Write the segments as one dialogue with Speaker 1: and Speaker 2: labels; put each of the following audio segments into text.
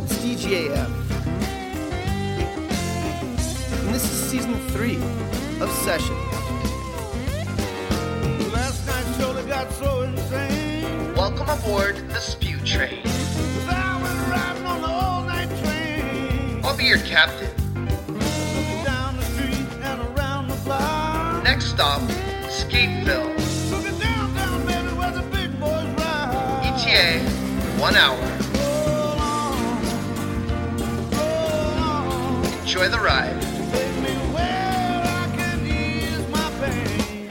Speaker 1: yeah. And this is season three of Session.
Speaker 2: Last night surely got so insane.
Speaker 3: Welcome aboard the Spew Train.
Speaker 2: 'Cause I was riding on the all-night train.
Speaker 3: I'll be your captain.
Speaker 2: Down the street and around the block.
Speaker 3: Next stop, Skateville.
Speaker 2: Took it downtown, baby, where the big boys ride.
Speaker 3: ETA, E one hour.
Speaker 2: Roll on, roll on.
Speaker 3: Enjoy the ride.
Speaker 2: Take me where I can ease my pain.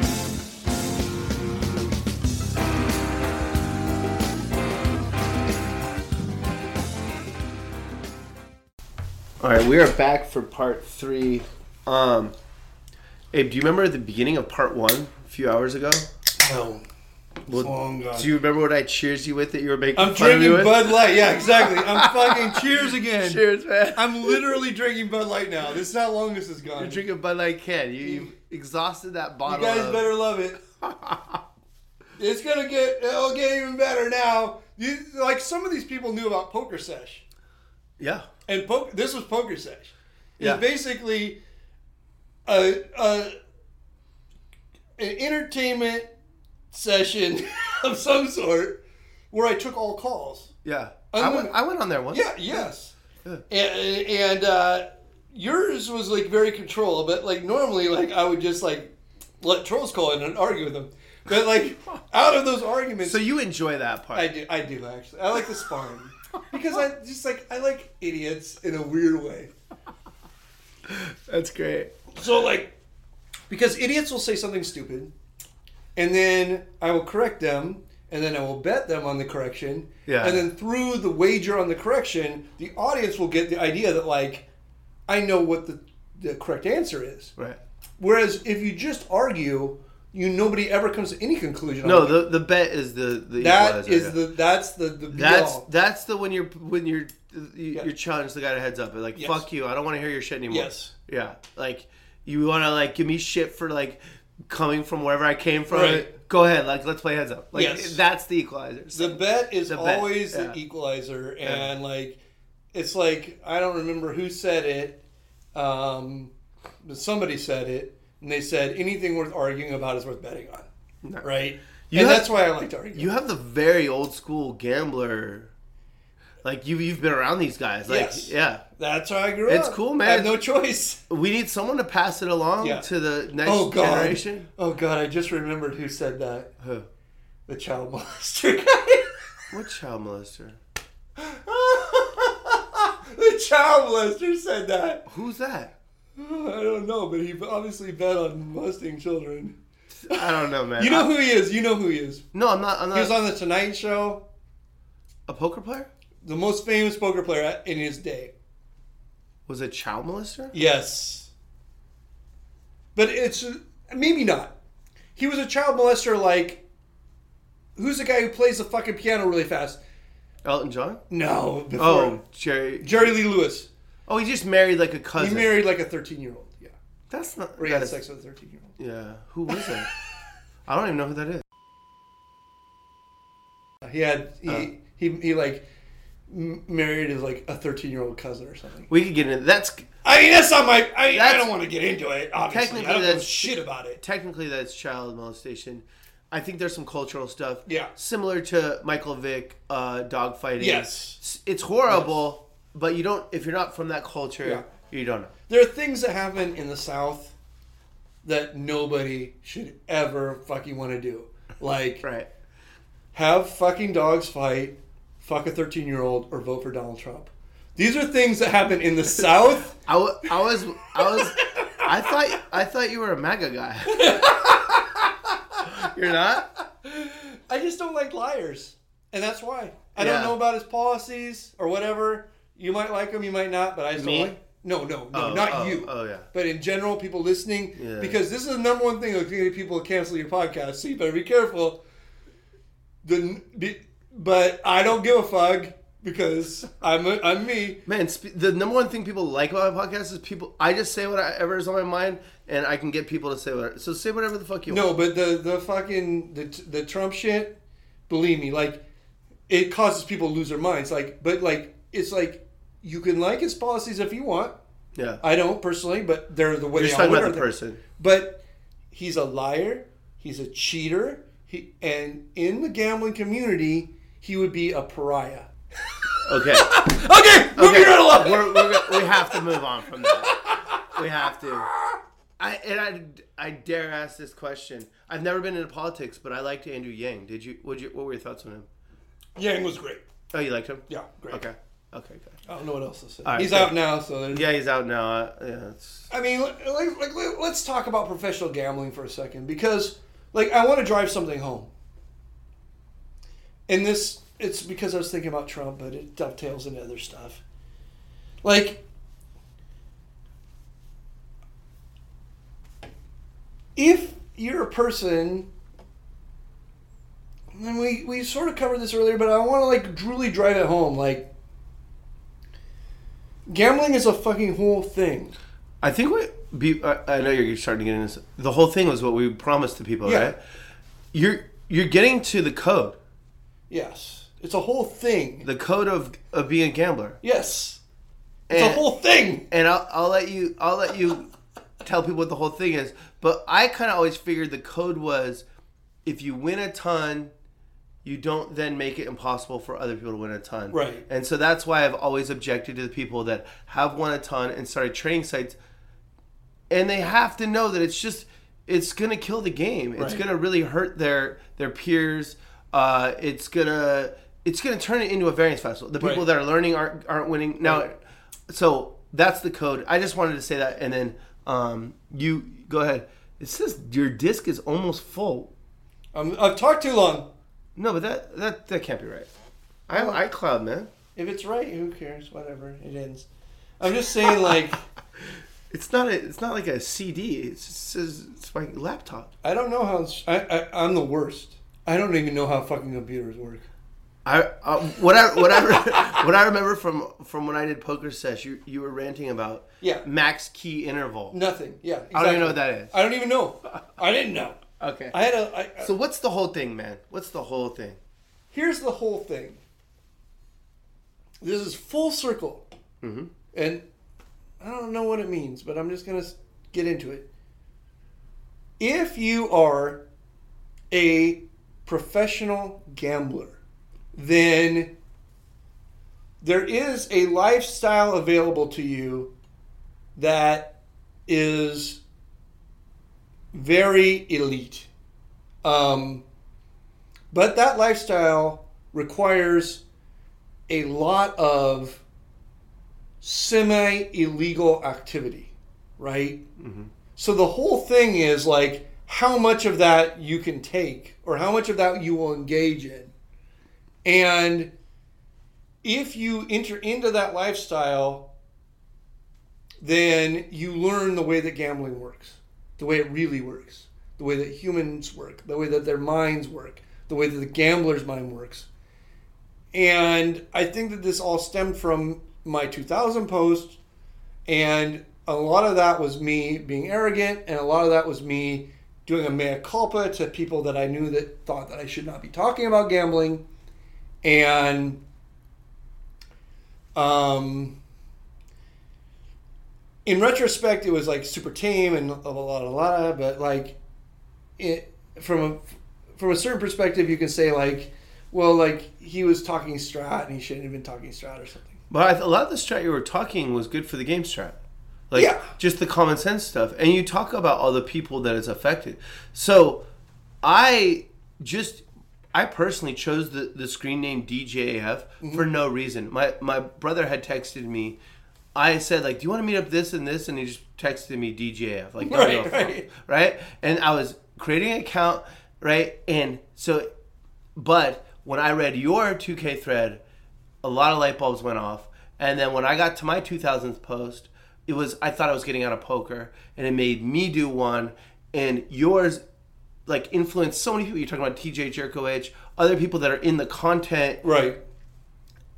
Speaker 1: All right, we are back for part three. Um, Abe, do you remember the beginning of part one a few hours ago?
Speaker 4: No.
Speaker 1: Well,
Speaker 4: Long gone.
Speaker 1: Do you remember what I cheers you with that you were making
Speaker 4: I'm
Speaker 1: fun of me with?
Speaker 4: drinking Bud Light. Yeah, exactly. I'm fucking cheers again.
Speaker 1: Cheers, man.
Speaker 4: I'm literally drinking Bud Light now. This is how long this has gone.
Speaker 1: You're
Speaker 4: You
Speaker 1: drinking Bud Light can. You, you exhausted that bottle.
Speaker 4: guys
Speaker 1: of-
Speaker 4: better love it. It's gonna get it'll get even better now. You like some of these people knew about Poker Sesh.
Speaker 1: Yeah.
Speaker 4: And poker this was Poker Sesh. It's
Speaker 1: Yeah.
Speaker 4: basically a, a an entertainment session of some sort where I took all calls.
Speaker 1: Yeah. I went, I went on there once.
Speaker 4: Yeah, yes. And, and uh, yours was like very controlled, but like normally, like I would just like let trolls call in and argue with them. But like out of those arguments,
Speaker 1: So you enjoy that part.
Speaker 4: I do, I do actually. I like the sparring because I just like I like idiots in a weird way.
Speaker 1: That's great.
Speaker 4: So like, because idiots will say something stupid, and then I will correct them, and then I will bet them on the correction.
Speaker 1: Yeah.
Speaker 4: And then through the wager on the correction, the audience will get the idea that like, I know what the the correct answer is.
Speaker 1: Right.
Speaker 4: Whereas if you just argue, you nobody ever comes to any conclusion.
Speaker 1: No,
Speaker 4: on it.
Speaker 1: the the bet is the the
Speaker 4: that
Speaker 1: equalizer,
Speaker 4: is
Speaker 1: yeah.
Speaker 4: the that's the the be
Speaker 1: that's
Speaker 4: all.
Speaker 1: that's the when you're when you're you,
Speaker 4: Yeah.
Speaker 1: you're challenged the guy to heads up and like
Speaker 4: Yes.
Speaker 1: fuck you I don't want to hear your shit anymore
Speaker 4: Yes.
Speaker 1: yeah like you want to like give me shit for like coming from wherever I came from
Speaker 4: Right.
Speaker 1: go ahead like let's play heads up like
Speaker 4: Yes.
Speaker 1: that's the equalizer
Speaker 4: The bet is
Speaker 1: The bet,
Speaker 4: always
Speaker 1: yeah.
Speaker 4: the equalizer, and like, it's like I don't remember who said it, um, but somebody said it, and they said anything worth arguing about is worth betting on, right?
Speaker 1: You
Speaker 4: and
Speaker 1: have-
Speaker 4: that's why I like to argue.
Speaker 1: you have the very old school gambler like you you've been around these guys like
Speaker 4: Yes.
Speaker 1: yeah
Speaker 4: that's how I grew up.
Speaker 1: It's cool, man.
Speaker 4: I have no choice.
Speaker 1: we need someone to pass it along
Speaker 4: Yeah.
Speaker 1: to the next
Speaker 4: Oh god.
Speaker 1: generation
Speaker 4: Oh god, I just remembered who said that.
Speaker 1: Who?
Speaker 4: The child molester guy.
Speaker 1: what child molester
Speaker 4: the child molester said that.
Speaker 1: who's that
Speaker 4: I don't know, but he obviously bet on molesting children.
Speaker 1: I Uh, don't know man
Speaker 4: You know who he is. You know who he is.
Speaker 1: no I'm not I'm
Speaker 4: He was
Speaker 1: not
Speaker 4: on the Tonight Show,
Speaker 1: a poker player
Speaker 4: the most famous poker player in his day.
Speaker 1: was a child molester
Speaker 4: Yes, but it's maybe not. He was a child molester. Like, who's the guy who plays the fucking piano really fast?
Speaker 1: Elton John?
Speaker 4: No, before
Speaker 1: Oh, Jerry.
Speaker 4: Jerry Lee Lewis.
Speaker 1: Oh, he just married like a
Speaker 4: He
Speaker 1: cousin.
Speaker 4: married like a thirteen-year-old. Yeah,
Speaker 1: That's not.
Speaker 4: or he had
Speaker 1: that's-
Speaker 4: sex with a thirteen-year-old.
Speaker 1: Yeah. Who was it? I don't even know who that is.
Speaker 4: He had he
Speaker 1: Uh.
Speaker 4: he, he like m- married his like a thirteen-year-old cousin or something.
Speaker 1: We could get into that's
Speaker 4: I mean, that's not my. I, I
Speaker 1: That's-
Speaker 4: don't want to get into it. Obviously,
Speaker 1: Technically,
Speaker 4: I don't give a
Speaker 1: that's-
Speaker 4: shit about it.
Speaker 1: technically that's child molestation. I think there's some cultural stuff.
Speaker 4: Yeah.
Speaker 1: Similar to Michael Vick, uh, dogfighting.
Speaker 4: Yes.
Speaker 1: S- It's horrible, but you don't. If you're not from that culture,
Speaker 4: Yeah.
Speaker 1: you don't know.
Speaker 4: There are things that happen in the South that nobody should ever fucking want to do. Like
Speaker 1: Right.
Speaker 4: have fucking dogs fight, fuck a thirteen-year-old, or vote for Donald Trump. These are things that happen in the South.
Speaker 1: I, wa- I was I was I thought I thought you were a MAGA guy. you're not.
Speaker 4: I just don't like liars, and that's why I
Speaker 1: Yeah.
Speaker 4: don't know about his policies or whatever. You might like him, you might not, but I just
Speaker 1: Me?
Speaker 4: don't like. No, no, no,
Speaker 1: Oh,
Speaker 4: not
Speaker 1: oh,
Speaker 4: you.
Speaker 1: Oh yeah.
Speaker 4: but in general, people listening,
Speaker 1: Yeah.
Speaker 4: because this is the number one thing that can get people to cancel your podcast. So you better be careful. The, be, but I don't give a fuck because I'm a, I'm me.
Speaker 1: Man, sp- the number one thing people like about my podcast is people. I just say whatever is on my mind, and I can get people to say whatever. So say whatever the fuck you
Speaker 4: No,
Speaker 1: want.
Speaker 4: but the the fucking the the Trump shit. Believe me, like it causes people to lose their minds. Like, but like it's like you can like his policies if you want.
Speaker 1: Yeah.
Speaker 4: I don't personally, but they're the
Speaker 1: You're
Speaker 4: way they
Speaker 1: just
Speaker 4: all
Speaker 1: talking
Speaker 4: are.
Speaker 1: about the person.
Speaker 4: But he's a liar. He's a cheater. He and in the gambling community, he would be a pariah.
Speaker 1: Okay.
Speaker 4: Okay, moving
Speaker 1: Okay,
Speaker 4: right along.
Speaker 1: We're, we're, go- we have to move on from that. We have to. I and I, I dare ask this question. I've never been into politics, but I liked Andrew Yang. Did you? Would you? What were your thoughts on him?
Speaker 4: Yang was great.
Speaker 1: Oh, you liked him?
Speaker 4: Yeah, great.
Speaker 1: Okay. Okay. Good.
Speaker 4: I don't know what else to say.
Speaker 1: right,
Speaker 4: he's
Speaker 1: good.
Speaker 4: out now, so there's,
Speaker 1: Yeah, he's out now. Uh, yeah. It's,
Speaker 4: I mean, like, like, like, let- let's talk about professional gambling for a second because, like, I want to drive something home. And this, it's because I was thinking about Trump, but it dovetails into other stuff. Like, if you're a person, and we, we sort of covered this earlier, but I want to, like, truly drive it home. Like, gambling is a fucking whole thing.
Speaker 1: I think what be, I I know you're starting to get into this. The whole thing was what we promised to people,
Speaker 4: Yeah.
Speaker 1: right? You're you're getting to the code,
Speaker 4: Yes. It's a whole thing.
Speaker 1: the code of of being a gambler.
Speaker 4: Yes. It's
Speaker 1: And-
Speaker 4: a whole thing.
Speaker 1: and I'll, I'll let you I'll let you tell people what the whole thing is. But I kind of always figured the code was if you win a ton, you don't then make it impossible for other people to win a ton.
Speaker 4: Right.
Speaker 1: And so that's why I've always objected to the people that have won a ton and started trading sites, and they have to know that it's just it's gonna kill the game. It's
Speaker 4: Right.
Speaker 1: gonna really hurt their their peers. Uh, it's gonna it's gonna turn it into a variance festival. The people
Speaker 4: Right.
Speaker 1: that are learning aren't aren't winning now. So that's the code. I just wanted to say that, and then um, you go ahead. It says your disc is almost full.
Speaker 4: I'm, I've talked too long.
Speaker 1: No, but that that, that can't be right. I have iCloud, man.
Speaker 4: If it's right, who cares? Whatever. It ends. I'm just saying, like,
Speaker 1: It's not a, It's not like a CD. It just says it's my laptop.
Speaker 4: I don't know how. It's, I, I, I'm the worst. I don't even know how fucking computers work.
Speaker 1: I uh, what I what I re- what I remember from from when I did poker sesh, you you were ranting about
Speaker 4: Yeah.
Speaker 1: max key interval.
Speaker 4: Nothing. Yeah. Exactly.
Speaker 1: I don't even know what that is.
Speaker 4: I don't even know. I didn't know.
Speaker 1: Okay.
Speaker 4: I had a. I, I-
Speaker 1: so what's the whole thing, man? What's the whole thing?
Speaker 4: here's the whole thing. This is full circle. And I don't know what it means, but I'm just going to get into it. If you are a professional gambler, then there is a lifestyle available to you that is very elite. Um, but that lifestyle requires a lot of semi illegal activity, right? So the whole thing is like how much of that you can take or how much of that you will engage in. And if you enter into that lifestyle, then you learn the way that gambling works, the way it really works, the way that humans work, the way that their minds work, the way that the gambler's mind works. And I think that this all stemmed from my 2000 post, and a lot of that was me being arrogant, and a lot of that was me doing a mea culpa to people that I knew that thought that I should not be talking about gambling. And um, in retrospect, it was like super tame and a lot, a lot, but like, it from a from a certain perspective, you can say like, well, like he was talking strat and he shouldn't have been talking strat or something.
Speaker 1: But I, th- a lot of the strat you were talking was good for the game strat. Like
Speaker 4: Yeah.
Speaker 1: just the common sense stuff. And you talk about all the people that it's affected. So I just I personally chose the, the screen name DJAF
Speaker 4: Mm-hmm.
Speaker 1: for no reason. My my brother had texted me. I said like, "Do you want to meet up this and this?" And he just texted me DJAF like, don't
Speaker 4: Right,
Speaker 1: give a fuck,
Speaker 4: right.
Speaker 1: right? And I was creating an account, right? And so but when I read your 2K thread, a lot of light bulbs went off. And then when I got to my 2000th post, it was I thought I was getting out of poker, and it made me do one. And yours, like, influenced so many people. You're talking about TJ Jerkowicz, other people that are in the content
Speaker 4: Right.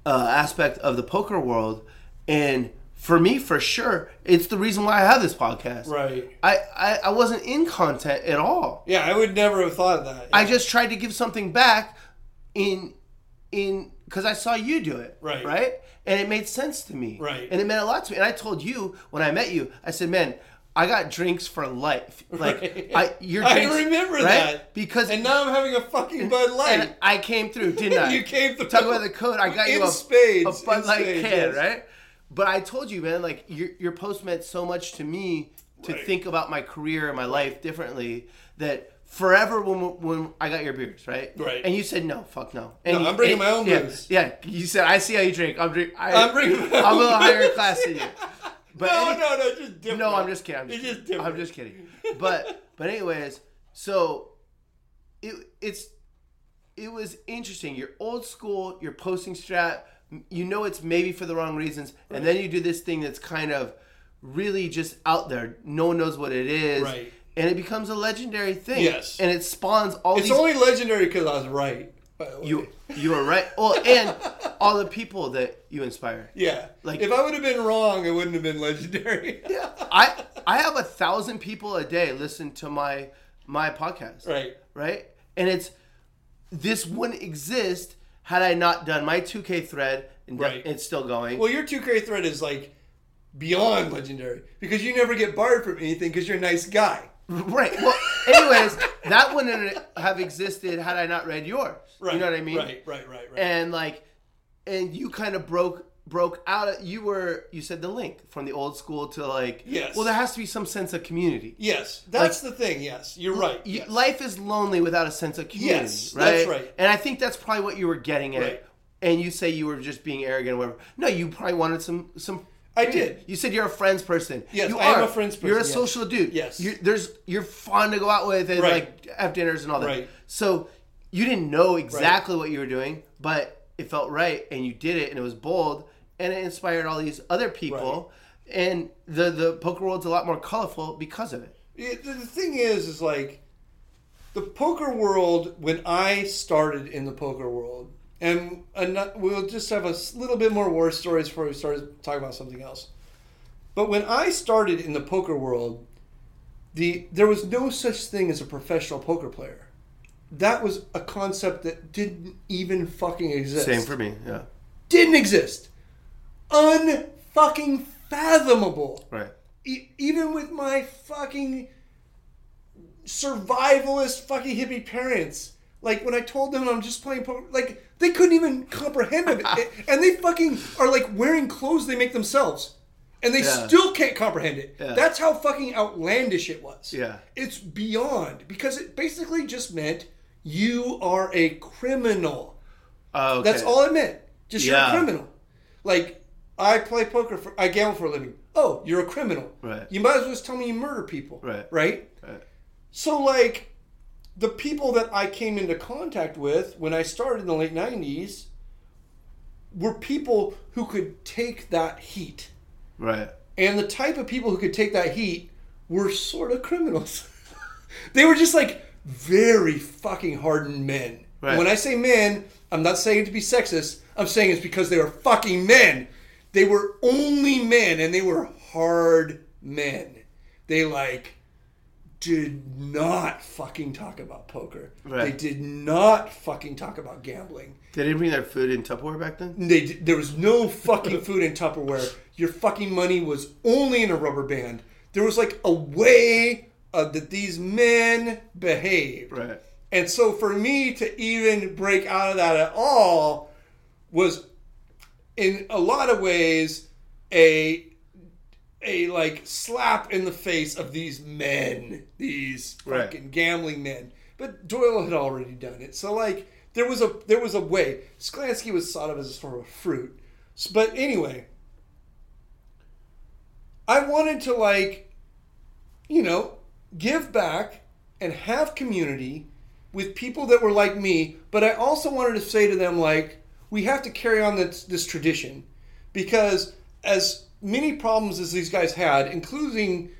Speaker 1: uh, aspect of the poker world. And for me, for sure, it's the reason why I have this podcast.
Speaker 4: Right.
Speaker 1: I, I, I wasn't in content at all.
Speaker 4: Yeah, I would never have thought of that.
Speaker 1: I just tried to give something back in in because I saw you do it,
Speaker 4: Right.
Speaker 1: Right, and it made sense to me,
Speaker 4: Right.
Speaker 1: And it meant a lot to me. And I told you when I met you, I said, "Man, I got drinks for life. Like
Speaker 4: Right.
Speaker 1: I, your
Speaker 4: I
Speaker 1: drinks,
Speaker 4: remember
Speaker 1: right?
Speaker 4: that.
Speaker 1: because
Speaker 4: And now I'm having a fucking Bud Light.
Speaker 1: and I came through, didn't I?
Speaker 4: You came through.
Speaker 1: Talk about the code. I got
Speaker 4: In
Speaker 1: you a,
Speaker 4: spades,
Speaker 1: a Bud
Speaker 4: in
Speaker 1: Light
Speaker 4: spades,
Speaker 1: can,
Speaker 4: yes.
Speaker 1: right? But I told you, man, like your your post meant so much to me to
Speaker 4: Right.
Speaker 1: think about my career and my life differently that forever when when I got your beers, right?
Speaker 4: Right.
Speaker 1: And you said no, fuck no. And
Speaker 4: No,
Speaker 1: you-
Speaker 4: I'm bringing
Speaker 1: and-
Speaker 4: my own
Speaker 1: yeah,
Speaker 4: booze.
Speaker 1: Yeah, you said I see how you drink. I'm drink. I,
Speaker 4: I'm bringing my
Speaker 1: I'm a
Speaker 4: own
Speaker 1: little higher
Speaker 4: booze.
Speaker 1: class than you. But
Speaker 4: no,
Speaker 1: any-
Speaker 4: no, no, just different.
Speaker 1: no, I'm just kidding. I'm just,
Speaker 4: it's just
Speaker 1: kidding.
Speaker 4: different.
Speaker 1: I'm just kidding. But but anyways, so it it's it was interesting. You're old school. You're posting strat. You know it's maybe for the wrong reasons, and then you do this thing that's kind of really just out there. No one knows what it is,
Speaker 4: Right.
Speaker 1: and it becomes a legendary thing.
Speaker 4: Yes.
Speaker 1: and it spawns all
Speaker 4: It's
Speaker 1: these.
Speaker 4: only legendary because I was right. by the way.
Speaker 1: you you were right. Well, and all the people that you inspire.
Speaker 4: yeah.
Speaker 1: like-
Speaker 4: Like if I would have been wrong, it wouldn't have been legendary. Yeah.
Speaker 1: I I have a thousand people a day listen to my my podcast.
Speaker 4: Right.
Speaker 1: right? And it's this wouldn't exist had I not done my 2K thread, and
Speaker 4: Right.
Speaker 1: it's still going.
Speaker 4: Well, your two K thread is like beyond legendary because you never get barred from anything because you're a nice guy.
Speaker 1: right. Well, anyways, that wouldn't have existed had I not read yours.
Speaker 4: Right.
Speaker 1: You know what I mean?
Speaker 4: Right. Right. Right. Right.
Speaker 1: And like, and you kind of broke broke out. Of, you were you said the link from the old school to like.
Speaker 4: Yes.
Speaker 1: Well, there has to be some sense of community.
Speaker 4: yes, that's the thing. Yes, you're right.
Speaker 1: You,
Speaker 4: yes.
Speaker 1: Life is lonely without a sense of community.
Speaker 4: Yes,
Speaker 1: right?
Speaker 4: that's right.
Speaker 1: And I think that's probably what you were getting at.
Speaker 4: Right.
Speaker 1: And you say you were just being arrogant or whatever. No, you probably wanted some some.
Speaker 4: I did.
Speaker 1: You said you're a friends person.
Speaker 4: Yes,
Speaker 1: you
Speaker 4: I am a friends
Speaker 1: You're a
Speaker 4: person, yes.
Speaker 1: social dude.
Speaker 4: Yes.
Speaker 1: You're, there's you're fun to go out with and
Speaker 4: Right.
Speaker 1: like have dinners and all that.
Speaker 4: Right.
Speaker 1: So you didn't know exactly what you were doing, but it felt right, and you did it, and it was bold, and it inspired all these other people. And the the poker world's a lot more colorful because of it.
Speaker 4: It, the the thing is, is like the poker world. When I started in the poker world, and ano- we'll just have a s- little bit more war stories before we start talking about something else. But when I started in the poker world, the there was no such thing as a professional poker player. That was a concept that didn't even fucking exist.
Speaker 1: Same for me. Yeah.
Speaker 4: Didn't exist. Unfucking fathomable
Speaker 1: Right.
Speaker 4: e- even with my fucking survivalist fucking hippie parents, like when I told them I'm just playing poker, like they couldn't even comprehend it, and they fucking are like wearing clothes they make themselves, and they
Speaker 1: Yeah.
Speaker 4: still can't comprehend it.
Speaker 1: Yeah.
Speaker 4: That's how fucking outlandish it was.
Speaker 1: Yeah.
Speaker 4: it's beyond because it basically just meant you are a criminal.
Speaker 1: Oh,
Speaker 4: That's all it meant. Just
Speaker 1: Yeah.
Speaker 4: you're a criminal. Like I play poker for I gamble for a living. Oh, you're a criminal.
Speaker 1: Right.
Speaker 4: You might as well just tell me you murder people.
Speaker 1: Right.
Speaker 4: Right?
Speaker 1: Right.
Speaker 4: So like the people that I came into contact with when I started in the late nineties were people who could take that heat.
Speaker 1: Right.
Speaker 4: And the type of people who could take that heat were sort of criminals. they were just like very fucking hardened men.
Speaker 1: Right.
Speaker 4: And When I say men, I'm not saying it to be sexist. I'm saying it's because they were fucking men. They were only men and they were hard men. They like did not fucking talk about poker.
Speaker 1: Right.
Speaker 4: They did not fucking talk about gambling.
Speaker 1: They didn't bring their food in Tupperware back then?
Speaker 4: They, d- there was no fucking food in Tupperware. Your fucking money was only in a rubber band. There was like a way uh, that these men behaved.
Speaker 1: Right.
Speaker 4: And so for me to even break out of that at all was in a lot of ways a a like slap in the face of these men, these
Speaker 1: Right.
Speaker 4: fucking gambling men. But Doyle had already done it. So like there was a there was a way. Sklansky was thought of as a sort of fruit. S- But anyway, I wanted to like you know, give back and have community with people that were like me, but I also wanted to say to them like we have to carry on this this tradition because as many problems as these guys had, including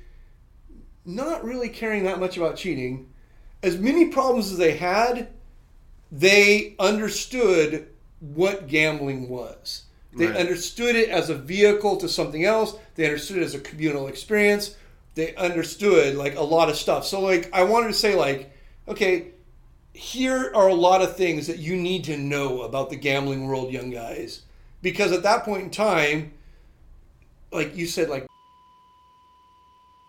Speaker 4: not really caring that much about cheating, as many problems as they had, they understood what gambling was. They
Speaker 1: Right.
Speaker 4: understood it as a vehicle to something else. They understood it as a communal experience. They understood like a lot of stuff. So like I wanted to say like, okay, here are a lot of things that you need to know about the gambling world, young guys, because at that point in time, like you said, like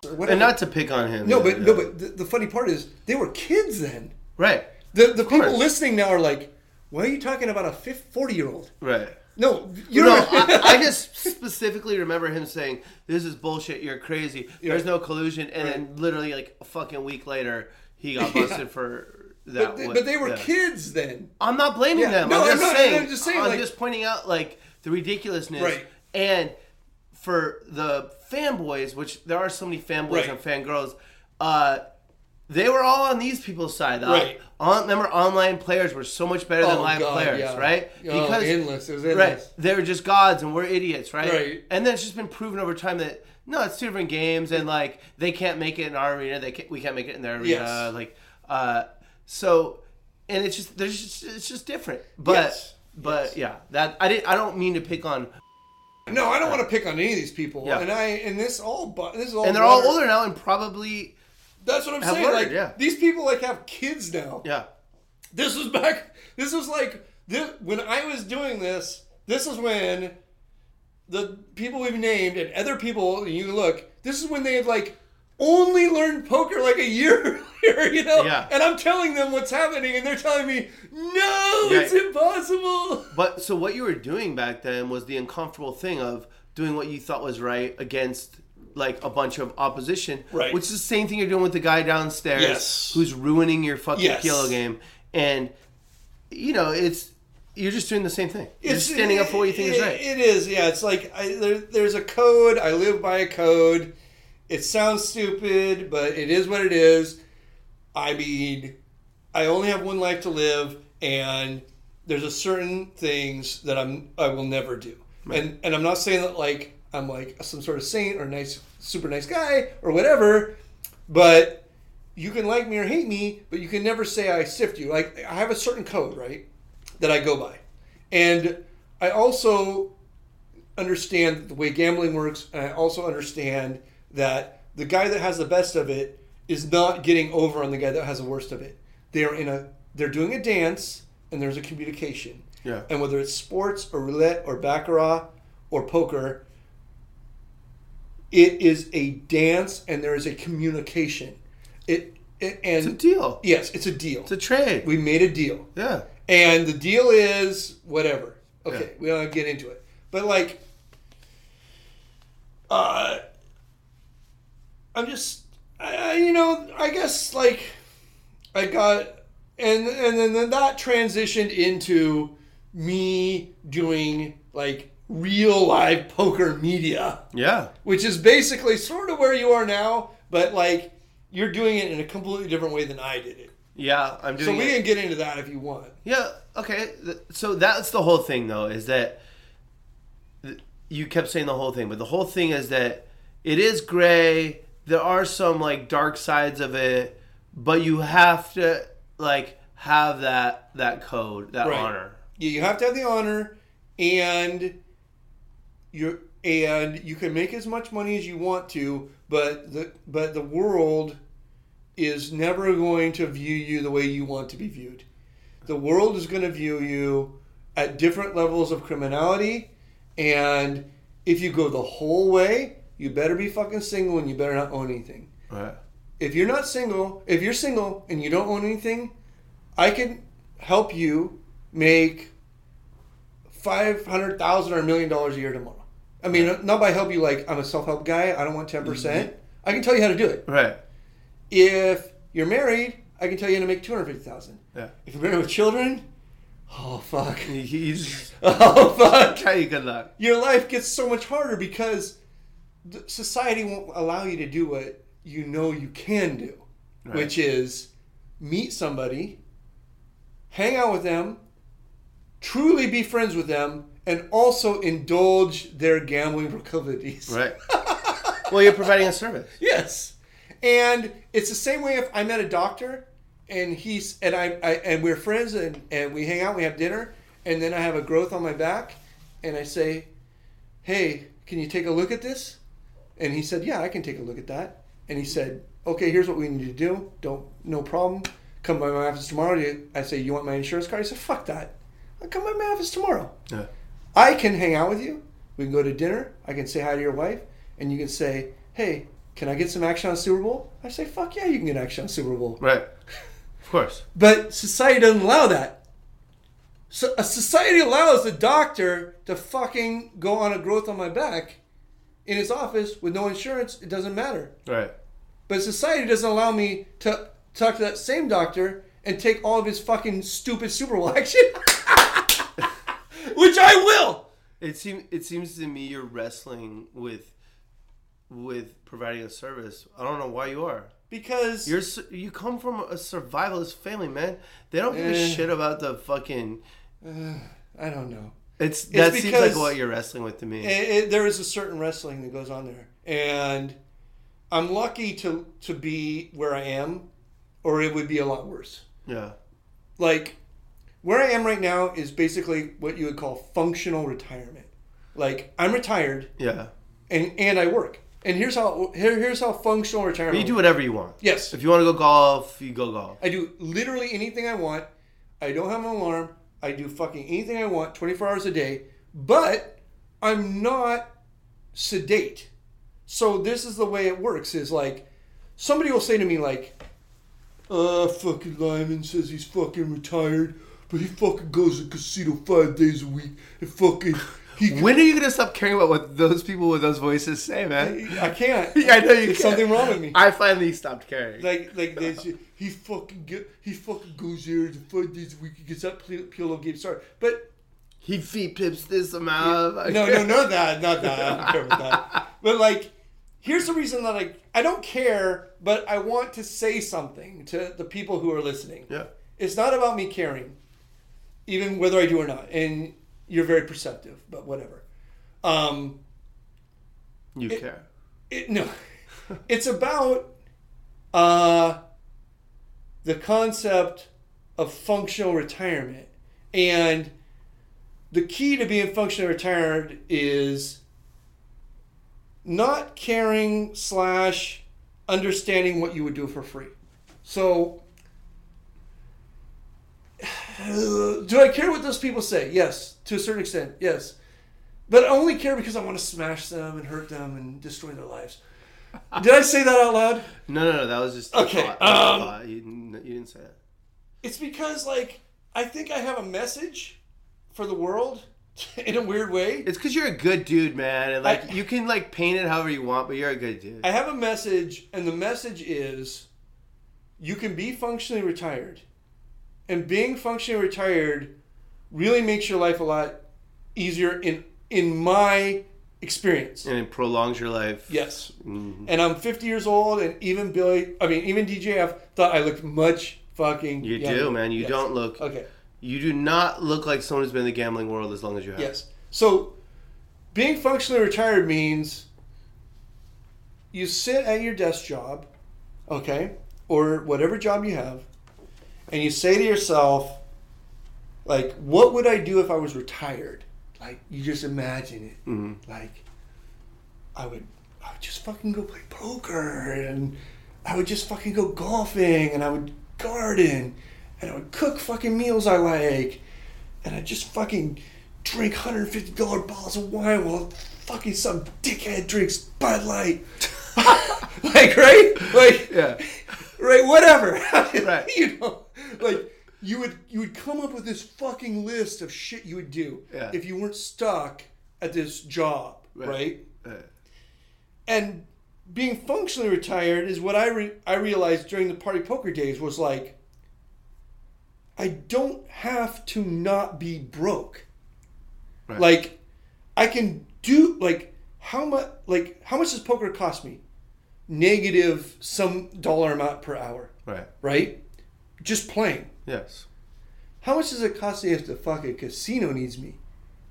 Speaker 4: or whatever.
Speaker 1: And not to pick on him.
Speaker 4: no,
Speaker 1: you
Speaker 4: but
Speaker 1: know.
Speaker 4: no, but the, the funny part is they were kids then.
Speaker 1: right,
Speaker 4: The the people
Speaker 1: course.
Speaker 4: listening now are like, why are you talking about a forty year old?
Speaker 1: right.
Speaker 4: No, you're
Speaker 1: No, I, I just specifically remember him saying, "This is bullshit. You're crazy. There's no collusion." And then literally like a fucking week later, he got busted for that.
Speaker 4: but, they,
Speaker 1: one.
Speaker 4: but they were
Speaker 1: Yeah.
Speaker 4: kids then.
Speaker 1: I'm not blaming
Speaker 4: Yeah.
Speaker 1: them.
Speaker 4: No,
Speaker 1: I'm,
Speaker 4: I'm
Speaker 1: just
Speaker 4: not-
Speaker 1: saying,
Speaker 4: I'm
Speaker 1: I'm
Speaker 4: just
Speaker 1: just
Speaker 4: saying, like-
Speaker 1: pointing out like the ridiculousness
Speaker 4: Right.
Speaker 1: and for the fanboys, which there are so many fanboys
Speaker 4: Right.
Speaker 1: and fangirls, uh, they were all on these people's side. Uh,
Speaker 4: Right.
Speaker 1: On, remember, online players were so much better than
Speaker 4: Oh,
Speaker 1: live
Speaker 4: God,
Speaker 1: players,
Speaker 4: yeah.
Speaker 1: right?
Speaker 4: Oh, endless. It was endless.
Speaker 1: Right. They were just gods and we're idiots, right?
Speaker 4: Right.
Speaker 1: And then it's just been proven over time that no, it's two different games, and like they can't make it in our arena, they can't, we can't make it in their arena.
Speaker 4: Yes.
Speaker 1: Like, uh, so, and it's just there's just it's just different. But
Speaker 4: Yes.
Speaker 1: but
Speaker 4: Yes.
Speaker 1: yeah, that I didn't I don't mean to pick on,
Speaker 4: No, I don't want to pick on any of these people.
Speaker 1: Yeah.
Speaker 4: And I and this all bu- this is all
Speaker 1: and they're all
Speaker 4: water-
Speaker 1: older now and probably
Speaker 4: That's what I'm
Speaker 1: Have
Speaker 4: saying.
Speaker 1: learned,
Speaker 4: like
Speaker 1: yeah.
Speaker 4: these people like have kids now.
Speaker 1: yeah
Speaker 4: This was back. This was like this, when I was doing this. This is when the people we've named and other people. And you can look. This is when they had like only learned poker like a year earlier. You know.
Speaker 1: Yeah.
Speaker 4: And I'm telling them what's happening, and they're telling me, "No,
Speaker 1: Yeah.
Speaker 4: it's impossible."
Speaker 1: But so what you were doing back then was the uncomfortable thing of doing what you thought was right against like a bunch of opposition,
Speaker 4: Right.
Speaker 1: Which is the same thing you're doing with the guy downstairs
Speaker 4: Yes.
Speaker 1: who's ruining your fucking
Speaker 4: Yes.
Speaker 1: kilo game, and you know it's you're just doing the same thing. You're just standing up for what you think
Speaker 4: it,
Speaker 1: is right.
Speaker 4: It is, yeah. It's like I, there, there's a code. I live by a code. It sounds stupid, but it is what it is. I mean, I only have one life to live, and there's a certain things that I'm I will never do. And and I'm not saying that like I'm like some sort of saint or nice, super nice guy or whatever, but you can like me or hate me, but you can never say I sift you. Like I have a certain code, right, that I go by, and I also understand the way gambling works, and I also understand that the guy that has the best of it is not getting over on the guy that has the worst of it. They're in a they're doing a dance, and there's a communication.
Speaker 1: Yeah.
Speaker 4: And whether it's sports or roulette or baccarat or poker, it is a dance, and there is a communication. It, it and
Speaker 1: It's a deal.
Speaker 4: Yes, it's a deal.
Speaker 1: It's a trade.
Speaker 4: we made a deal.
Speaker 1: yeah.
Speaker 4: And the deal is whatever. Okay, we don't get into it. But like, uh, I'm just, I, I- you know, I guess like, I got, and and then, then that transitioned into me doing like real live poker media
Speaker 1: Yeah.
Speaker 4: which is basically sort of where you are now, but like you're doing it in a completely different way than I did it.
Speaker 1: Yeah. I'm doing
Speaker 4: So we
Speaker 1: it.
Speaker 4: can get into that if you want.
Speaker 1: Yeah. Okay. Th- So that's the whole thing, though, is that th- you kept saying the whole thing, but the whole thing is that it is gray. There are some like dark sides of it, but you have to like have that that code, that
Speaker 4: Right.
Speaker 1: honor.
Speaker 4: You you have to have the honor, and you're and you can make as much money as you want to, but the but the world is never going to view you the way you want to be viewed. The world is going to view you at different levels of criminality, and if you go the whole way, you better be fucking single and you better not own anything
Speaker 1: Right.
Speaker 4: if you're not single, if you're single and you don't own anything, I can help you make five hundred thousand or a million dollars a year tomorrow. I mean, not by help you like I'm a self help guy. I don't want ten percent. I can tell you how to do it.
Speaker 1: Right.
Speaker 4: If you're married, I can tell you how to make two hundred fifty thousand.
Speaker 1: Yeah.
Speaker 4: If you're married with children, oh fuck,
Speaker 1: He- He's
Speaker 4: oh fuck
Speaker 1: try you good luck.
Speaker 4: your life gets so much harder because th- society won't allow you to do what you know you can do, which is meet somebody, hang out with them, truly be friends with them, and also indulge their gambling proclivities.
Speaker 1: Right. well, you're providing a service.
Speaker 4: Yes. And it's the same way if I met a doctor and he's and I, I and we're friends and, and we hang out, we have dinner, and then I have a growth on my back and I say, Hey, can you take a look at this? And he said, Yeah, I can take a look at that. And he said, Okay, here's what we need to do. Don't no problem. come by my office tomorrow. You- I say, you want my insurance card? He said, fuck that. I'll come by my office tomorrow.
Speaker 1: Yeah.
Speaker 4: I can hang out with you. We can go to dinner. I can say hi to your wife, and you can say, hey, can I get some action on Super Bowl? I say, fuck yeah, you can get action on Super Bowl.
Speaker 1: Right. Of course.
Speaker 4: But society doesn't allow that. So a society allows the doctor to fucking go on a growth on my back in his office with no insurance. It doesn't matter.
Speaker 1: Right.
Speaker 4: But society doesn't allow me to talk to that same doctor and take all of his fucking stupid Super Bowl action, which I will.
Speaker 1: It seems it seems to me you're wrestling with with providing a service. I don't know why you are.
Speaker 4: Because
Speaker 1: You're su- you come from a survivalist family, man. They don't give a
Speaker 4: Eh.
Speaker 1: shit about the fucking.
Speaker 4: I don't know.
Speaker 1: It's that seems like
Speaker 4: because- Eh.
Speaker 1: what you're wrestling with to me.
Speaker 4: it, it- there is a certain wrestling that goes on there, and I'm lucky to to be where I am, or it would be a lot worse.
Speaker 1: yeah.
Speaker 4: Like where I am right now is basically what you would call functional retirement. Like I'm retired
Speaker 1: Yeah.
Speaker 4: and and I work. And here's how here, here's how functional
Speaker 1: But
Speaker 4: retirement.
Speaker 1: you do
Speaker 4: works.
Speaker 1: whatever you want.
Speaker 4: Yes,
Speaker 1: If you want to go golf, you go golf.
Speaker 4: I do literally anything I want. I don't have an alarm. I do fucking anything I want 24 hours a day, but I'm not sedate. So this is the way it works is like somebody will say to me like uh fucking Lyman says he's fucking retired, but he fucking goes to casino 5 days a week and fucking he
Speaker 1: When are you gonna stop caring about what those people with those voices say, man?
Speaker 4: Eh, I can't.
Speaker 1: Yeah, I know you.
Speaker 4: There's
Speaker 1: can't.
Speaker 4: something wrong with me.
Speaker 1: I finally stopped caring.
Speaker 4: Like, like they say, he fucking get, he fucking goes there and five days a week he gets that P- PLO game started. But
Speaker 1: he feet pips this amount. Of,
Speaker 4: no, no, no, that, not that. I don't care about that. But like, here's the reason that I I don't care, but I want to say something to the people who are listening.
Speaker 1: Yeah.
Speaker 4: It's not about me caring, even whether I do or not. And you're very perceptive, but whatever. Um,
Speaker 1: You care.
Speaker 4: it, no it's about uh the concept of functional retirement and the key to being functionally retired is not caring slash understanding what you would do for free so do i care what those people say yes to a certain extent yes but I only care because I want to smash them and hurt them and destroy their lives. Did I say that out loud?
Speaker 1: No, no, no. That was just a
Speaker 4: Okay,
Speaker 1: thought. That was a
Speaker 4: um,
Speaker 1: thought. you, didn't- you didn't say that.
Speaker 4: It's because like I think I have a message for the world in a weird way.
Speaker 1: It's because you're a good dude, man, and like
Speaker 4: I-
Speaker 1: you can like paint it however you want, but you're a good dude.
Speaker 4: I have a message and the message is you can be functionally retired. And being functionally retired really makes your life a lot easier in in my experience.
Speaker 1: and it prolongs your life.
Speaker 4: Yes.
Speaker 1: Mm-hmm.
Speaker 4: And I'm 50 years old, and even Billy, I mean, even DJF thought I looked much fucking.
Speaker 1: You
Speaker 4: younger.
Speaker 1: do, man. You
Speaker 4: Yes.
Speaker 1: don't look.
Speaker 4: Okay.
Speaker 1: You do not look like someone who's been in the gambling world as long as you have.
Speaker 4: Yes. So, being functionally retired means you sit at your desk job, okay, or whatever job you have, and you say to yourself, like, what would I do if I was retired? Like, you just imagine it. Like, I would, I would just fucking go play poker, and I would just fucking go golfing, and I would garden, and I would cook fucking meals I like, and I just fucking drink hundred fifty dollar bottles of wine while fucking some dickhead drinks Bud Light. like right, like
Speaker 1: Yeah.
Speaker 4: right, whatever.
Speaker 1: Right.
Speaker 4: you know, like you would you would come up with this fucking list of shit you would do
Speaker 1: Yeah.
Speaker 4: if you weren't stuck at this job,
Speaker 1: Right.
Speaker 4: right?
Speaker 1: Uh,
Speaker 4: and being functionally retired is what I re- I realized during the party poker days was like I don't have to not be broke.
Speaker 1: Right.
Speaker 4: Like I can do like how much like how much does poker cost me? Negative some dollar amount per hour,
Speaker 1: right.
Speaker 4: right? Just playing.
Speaker 1: Yes.
Speaker 4: How much does it cost me if the fucking casino needs me?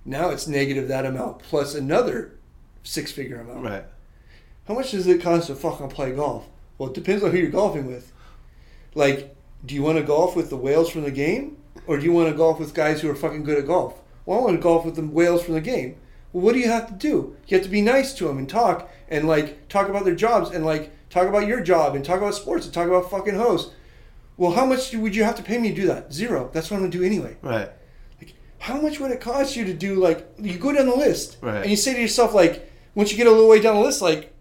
Speaker 4: Now it's negative that amount plus another six figure amount.
Speaker 1: Right.
Speaker 4: How much does it cost to fucking play golf? Well, it depends on who you're golfing with. Like, do you want to golf with the whales from the game? Or do you want to golf with guys who are fucking good at golf? Well, I want to golf with the whales from the game. Well, what do you have to do? You have to be nice to them and talk and, like, talk about their jobs and, like, talk about your job and talk about sports and talk about fucking hosts. Well, how much would you have to pay me to do that? Zero. That's what I'm going to do anyway.
Speaker 1: Right.
Speaker 4: Like, how much would it cost you to do, like, you go down the list
Speaker 1: Right.
Speaker 4: and you say to yourself, like, once you get a little way down the list, like,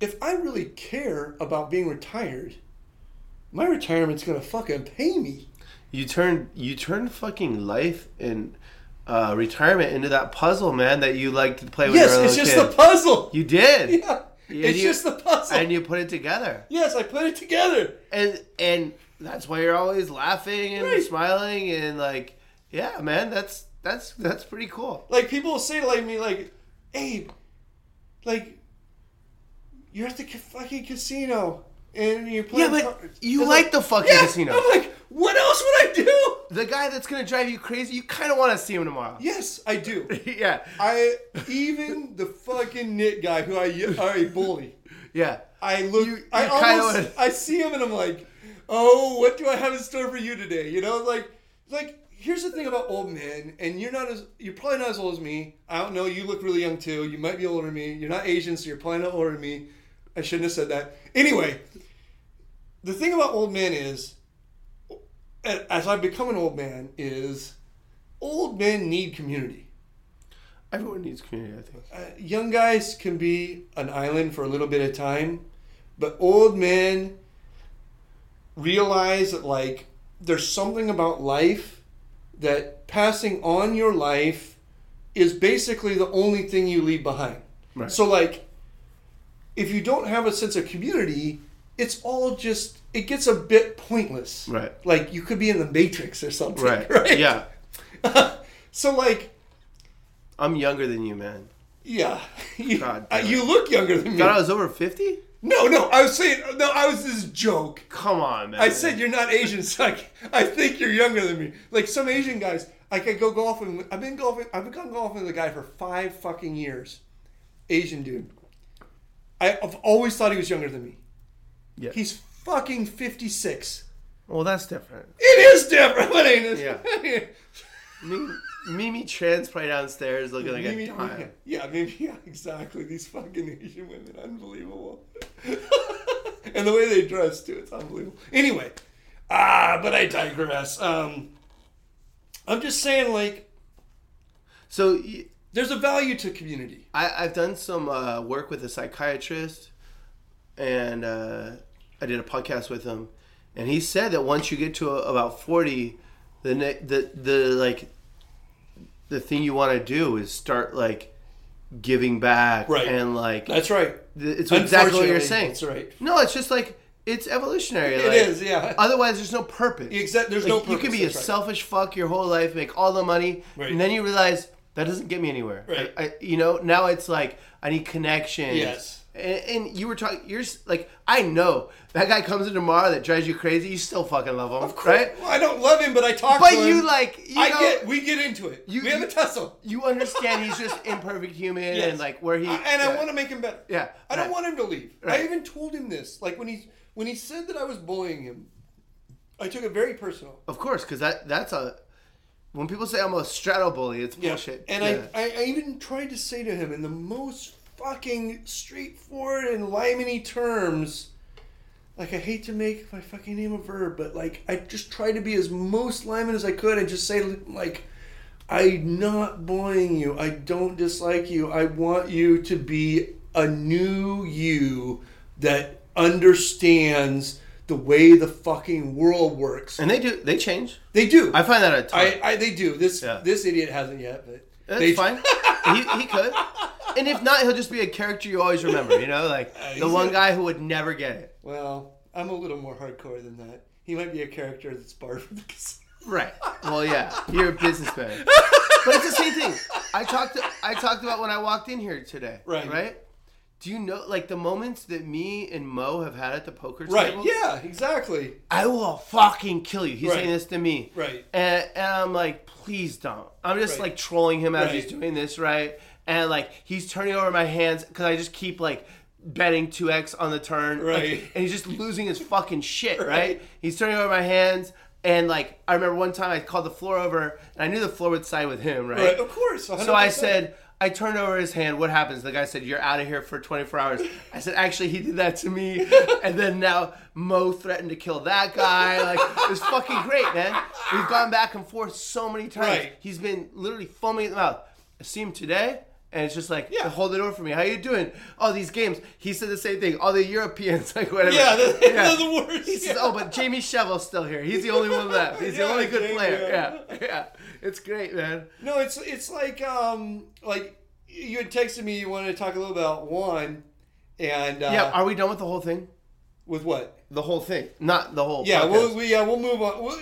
Speaker 4: if I really care about being retired, my retirement's going to fucking pay me.
Speaker 1: You turned you turned fucking life and uh, retirement into that puzzle, man, that you like to play with.
Speaker 4: yes,
Speaker 1: your
Speaker 4: it's
Speaker 1: little
Speaker 4: just
Speaker 1: kid.
Speaker 4: the puzzle.
Speaker 1: You did.
Speaker 4: yeah.
Speaker 1: Yeah,
Speaker 4: It's
Speaker 1: you-
Speaker 4: just the puzzle.
Speaker 1: And you put it together,
Speaker 4: yes, I put it together.
Speaker 1: and and that's why you're always laughing and
Speaker 4: Right.
Speaker 1: smiling and like, yeah, man, that's that's that's pretty cool.
Speaker 4: Like people will say like me like, Abe, like you're at the ca- fucking casino and you're
Speaker 1: Yeah,
Speaker 4: playing.
Speaker 1: but
Speaker 4: cards."
Speaker 1: you
Speaker 4: It's
Speaker 1: like the fucking
Speaker 4: yeah.
Speaker 1: casino.
Speaker 4: I'm like, what else would I do?
Speaker 1: The guy that's gonna drive you crazy, you kind of want to see him tomorrow.
Speaker 4: Yes, I do.
Speaker 1: yeah,
Speaker 4: I even the fucking knit guy who I are a bully.
Speaker 1: yeah.
Speaker 4: I look.
Speaker 1: You-
Speaker 4: I
Speaker 1: you kinda
Speaker 4: almost.
Speaker 1: would-
Speaker 4: I see him and I'm like, oh, what do I have in store for you today? You know, like, like here's the thing about old men, and you're not as you're probably not as old as me. I don't know. You look really young too. You might be older than me. You're not Asian, so you're probably not older than me. I shouldn't have said that. Anyway, the thing about old men is, a- as I've become an old man, is old men need community.
Speaker 1: Everyone needs community, I think.
Speaker 4: Uh, young guys can be an island for a little bit of time, but old men realize that like there's something about life that passing on your life is basically the only thing you leave behind.
Speaker 1: Right.
Speaker 4: So like if you don't have a sense of community, it's all just it gets a bit pointless.
Speaker 1: Right.
Speaker 4: Like you could be in the matrix or something.
Speaker 1: Right.
Speaker 4: right?
Speaker 1: Yeah.
Speaker 4: So like
Speaker 1: I'm younger than you, man.
Speaker 4: yeah, you,
Speaker 1: God
Speaker 4: uh,
Speaker 1: damn it.
Speaker 4: you look younger than me.
Speaker 1: Thought I was over fifty?
Speaker 4: No, no, I was saying no. I was this joke.
Speaker 1: Come on, man.
Speaker 4: I said you're not Asian, so I, I think you're younger than me. Like some Asian guys, I could go golfing. with- I've been golfing. I've been golfing with a guy for five fucking years. Asian dude. I- I've always thought he was younger than me.
Speaker 1: Yeah.
Speaker 4: He's fucking fifty six.
Speaker 1: Well, that's different.
Speaker 4: It is different, but ain't it?
Speaker 1: Mimi, Mimi Tran's probably downstairs looking like
Speaker 4: Maybe,
Speaker 1: a dime.
Speaker 4: yeah, maybe yeah, exactly. These fucking Asian women, unbelievable. and the way they dress too, it's unbelievable. Anyway, ah, but I digress. Um, I'm just saying, like,
Speaker 1: So y-
Speaker 4: there's a value to community.
Speaker 1: I, have done some uh, work with a psychiatrist, and uh, I did a podcast with him, and he said that once you get to a, about forty, the ne- the the like the thing you want to do is start like giving back
Speaker 4: Right.
Speaker 1: and like
Speaker 4: That's right.
Speaker 1: th- it's exactly what you're
Speaker 4: Unfortunately,
Speaker 1: saying.
Speaker 4: that's right.
Speaker 1: No, it's just like it's evolutionary.
Speaker 4: It
Speaker 1: like,
Speaker 4: is, yeah.
Speaker 1: Otherwise, there's no purpose.
Speaker 4: Exact- there's no
Speaker 1: You could
Speaker 4: purpose,
Speaker 1: be a
Speaker 4: that's right.
Speaker 1: selfish fuck your whole life, make all the money,
Speaker 4: Right.
Speaker 1: and then you realize that doesn't get me anywhere.
Speaker 4: Right.
Speaker 1: I, I, you know, now it's like I need connections.
Speaker 4: Yes.
Speaker 1: And, and you were talking. You're s- like, I know that guy comes in tomorrow that drives you crazy. You still fucking love him, right?
Speaker 4: Well, I don't love him, but I talk
Speaker 1: But
Speaker 4: to him.
Speaker 1: you like, you
Speaker 4: I
Speaker 1: know,
Speaker 4: get. We get into it.
Speaker 1: You-
Speaker 4: we have
Speaker 1: you-
Speaker 4: a tussle.
Speaker 1: you understand he's just imperfect human
Speaker 4: Yes.
Speaker 1: and like where he
Speaker 4: I- and I want to make him better.
Speaker 1: Yeah.
Speaker 4: I don't
Speaker 1: Right.
Speaker 4: want him to leave. I
Speaker 1: Right.
Speaker 4: even told him this. Like when he when he said that I was bullying him, I took it very personal.
Speaker 1: Of course, because that that's a when people say I'm a straddle bully, it's bullshit.
Speaker 4: And
Speaker 1: Yeah.
Speaker 4: I, I I even tried to say to him in the most fucking straightforward and limey terms. Like I hate to make my fucking name a verb, but like I just tried to be as most limey as I could and just say like I'm not bullying you. I don't dislike you. I want you to be a new you that understands the way the fucking world works.
Speaker 1: and they do they change.
Speaker 4: They do.
Speaker 1: I find that a ton.
Speaker 4: I, I they do. This
Speaker 1: Yeah.
Speaker 4: this idiot hasn't yet, but
Speaker 1: That's
Speaker 4: they
Speaker 1: fine. he, he could. And if not, he'll just be a character you always remember. You know, like the
Speaker 4: Uh, he's
Speaker 1: one
Speaker 4: a-
Speaker 1: guy who would never get it.
Speaker 4: Well, I'm a little more hardcore than that. He might be a character that's barred from the casino.
Speaker 1: Right. Well, yeah, you're a businessman. But it's the same thing. I talked. I talked about when I walked in here today.
Speaker 4: Right.
Speaker 1: Right. Do you know, like the moments that me and Mo have had at the poker
Speaker 4: Right.
Speaker 1: table?
Speaker 4: Yeah. Exactly.
Speaker 1: I will fucking kill you. He's
Speaker 4: Right.
Speaker 1: saying this to me.
Speaker 4: Right.
Speaker 1: And, and I'm like, please don't. I'm just
Speaker 4: Right.
Speaker 1: like trolling him as
Speaker 4: Right.
Speaker 1: he's doing this, right? And like he's turning over my hands because I just keep like betting 2x on the turn. like,
Speaker 4: Right.
Speaker 1: and he's just losing his fucking shit, right?
Speaker 4: Right.
Speaker 1: He's turning over my hands. And like I remember one time I called the floor over and I knew the floor would side with him, right?
Speaker 4: Right. Of course.
Speaker 1: So I
Speaker 4: 100%.
Speaker 1: said, I I turned over his hand. What happens? The guy said, "You're out of here for 24 hours." I said, "Actually, he did that to me." and then now Mo threatened to kill that guy. Like it's fucking great, man. We've gone back and forth so many times.
Speaker 4: Right.
Speaker 1: He's been literally foaming at the mouth. I see him today. And it's just like, yeah. hold the door for me. How you doing? All these games. He said the same thing. All the Europeans, like whatever.
Speaker 4: Yeah, the,
Speaker 1: Yeah.
Speaker 4: the worst.
Speaker 1: He says, "Oh, but Jamie Shovel's still here. He's the only one left. He's
Speaker 4: Yeah,
Speaker 1: the only good
Speaker 4: Jamie,
Speaker 1: player." Yeah, yeah. It's great, man.
Speaker 4: No, it's it's like um like you had texted me you wanted to talk a little about one and uh,
Speaker 1: Yeah. Are we done with the whole thing?
Speaker 4: with what?
Speaker 1: The whole thing, not the whole.
Speaker 4: Yeah,
Speaker 1: podcast.
Speaker 4: we'll, we yeah we'll move on. We'll,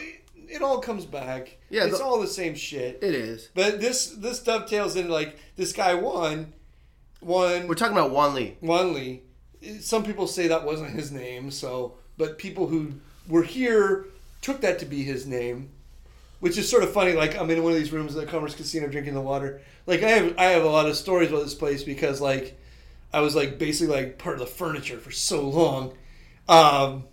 Speaker 4: it all comes back.
Speaker 1: Yeah,
Speaker 4: it's
Speaker 1: the-
Speaker 4: all the same shit.
Speaker 1: it is.
Speaker 4: But this this dovetails into like this guy won, won
Speaker 1: We're talking about Wan Lee.
Speaker 4: Wanley. Some people say that wasn't his name. So, but people who were here took that to be his name, which is sort of funny. Like I'm in one of these rooms at the Commerce Casino drinking the water. Like I have I have a lot of stories about this place because like I was like basically like part of the furniture for so long. Um,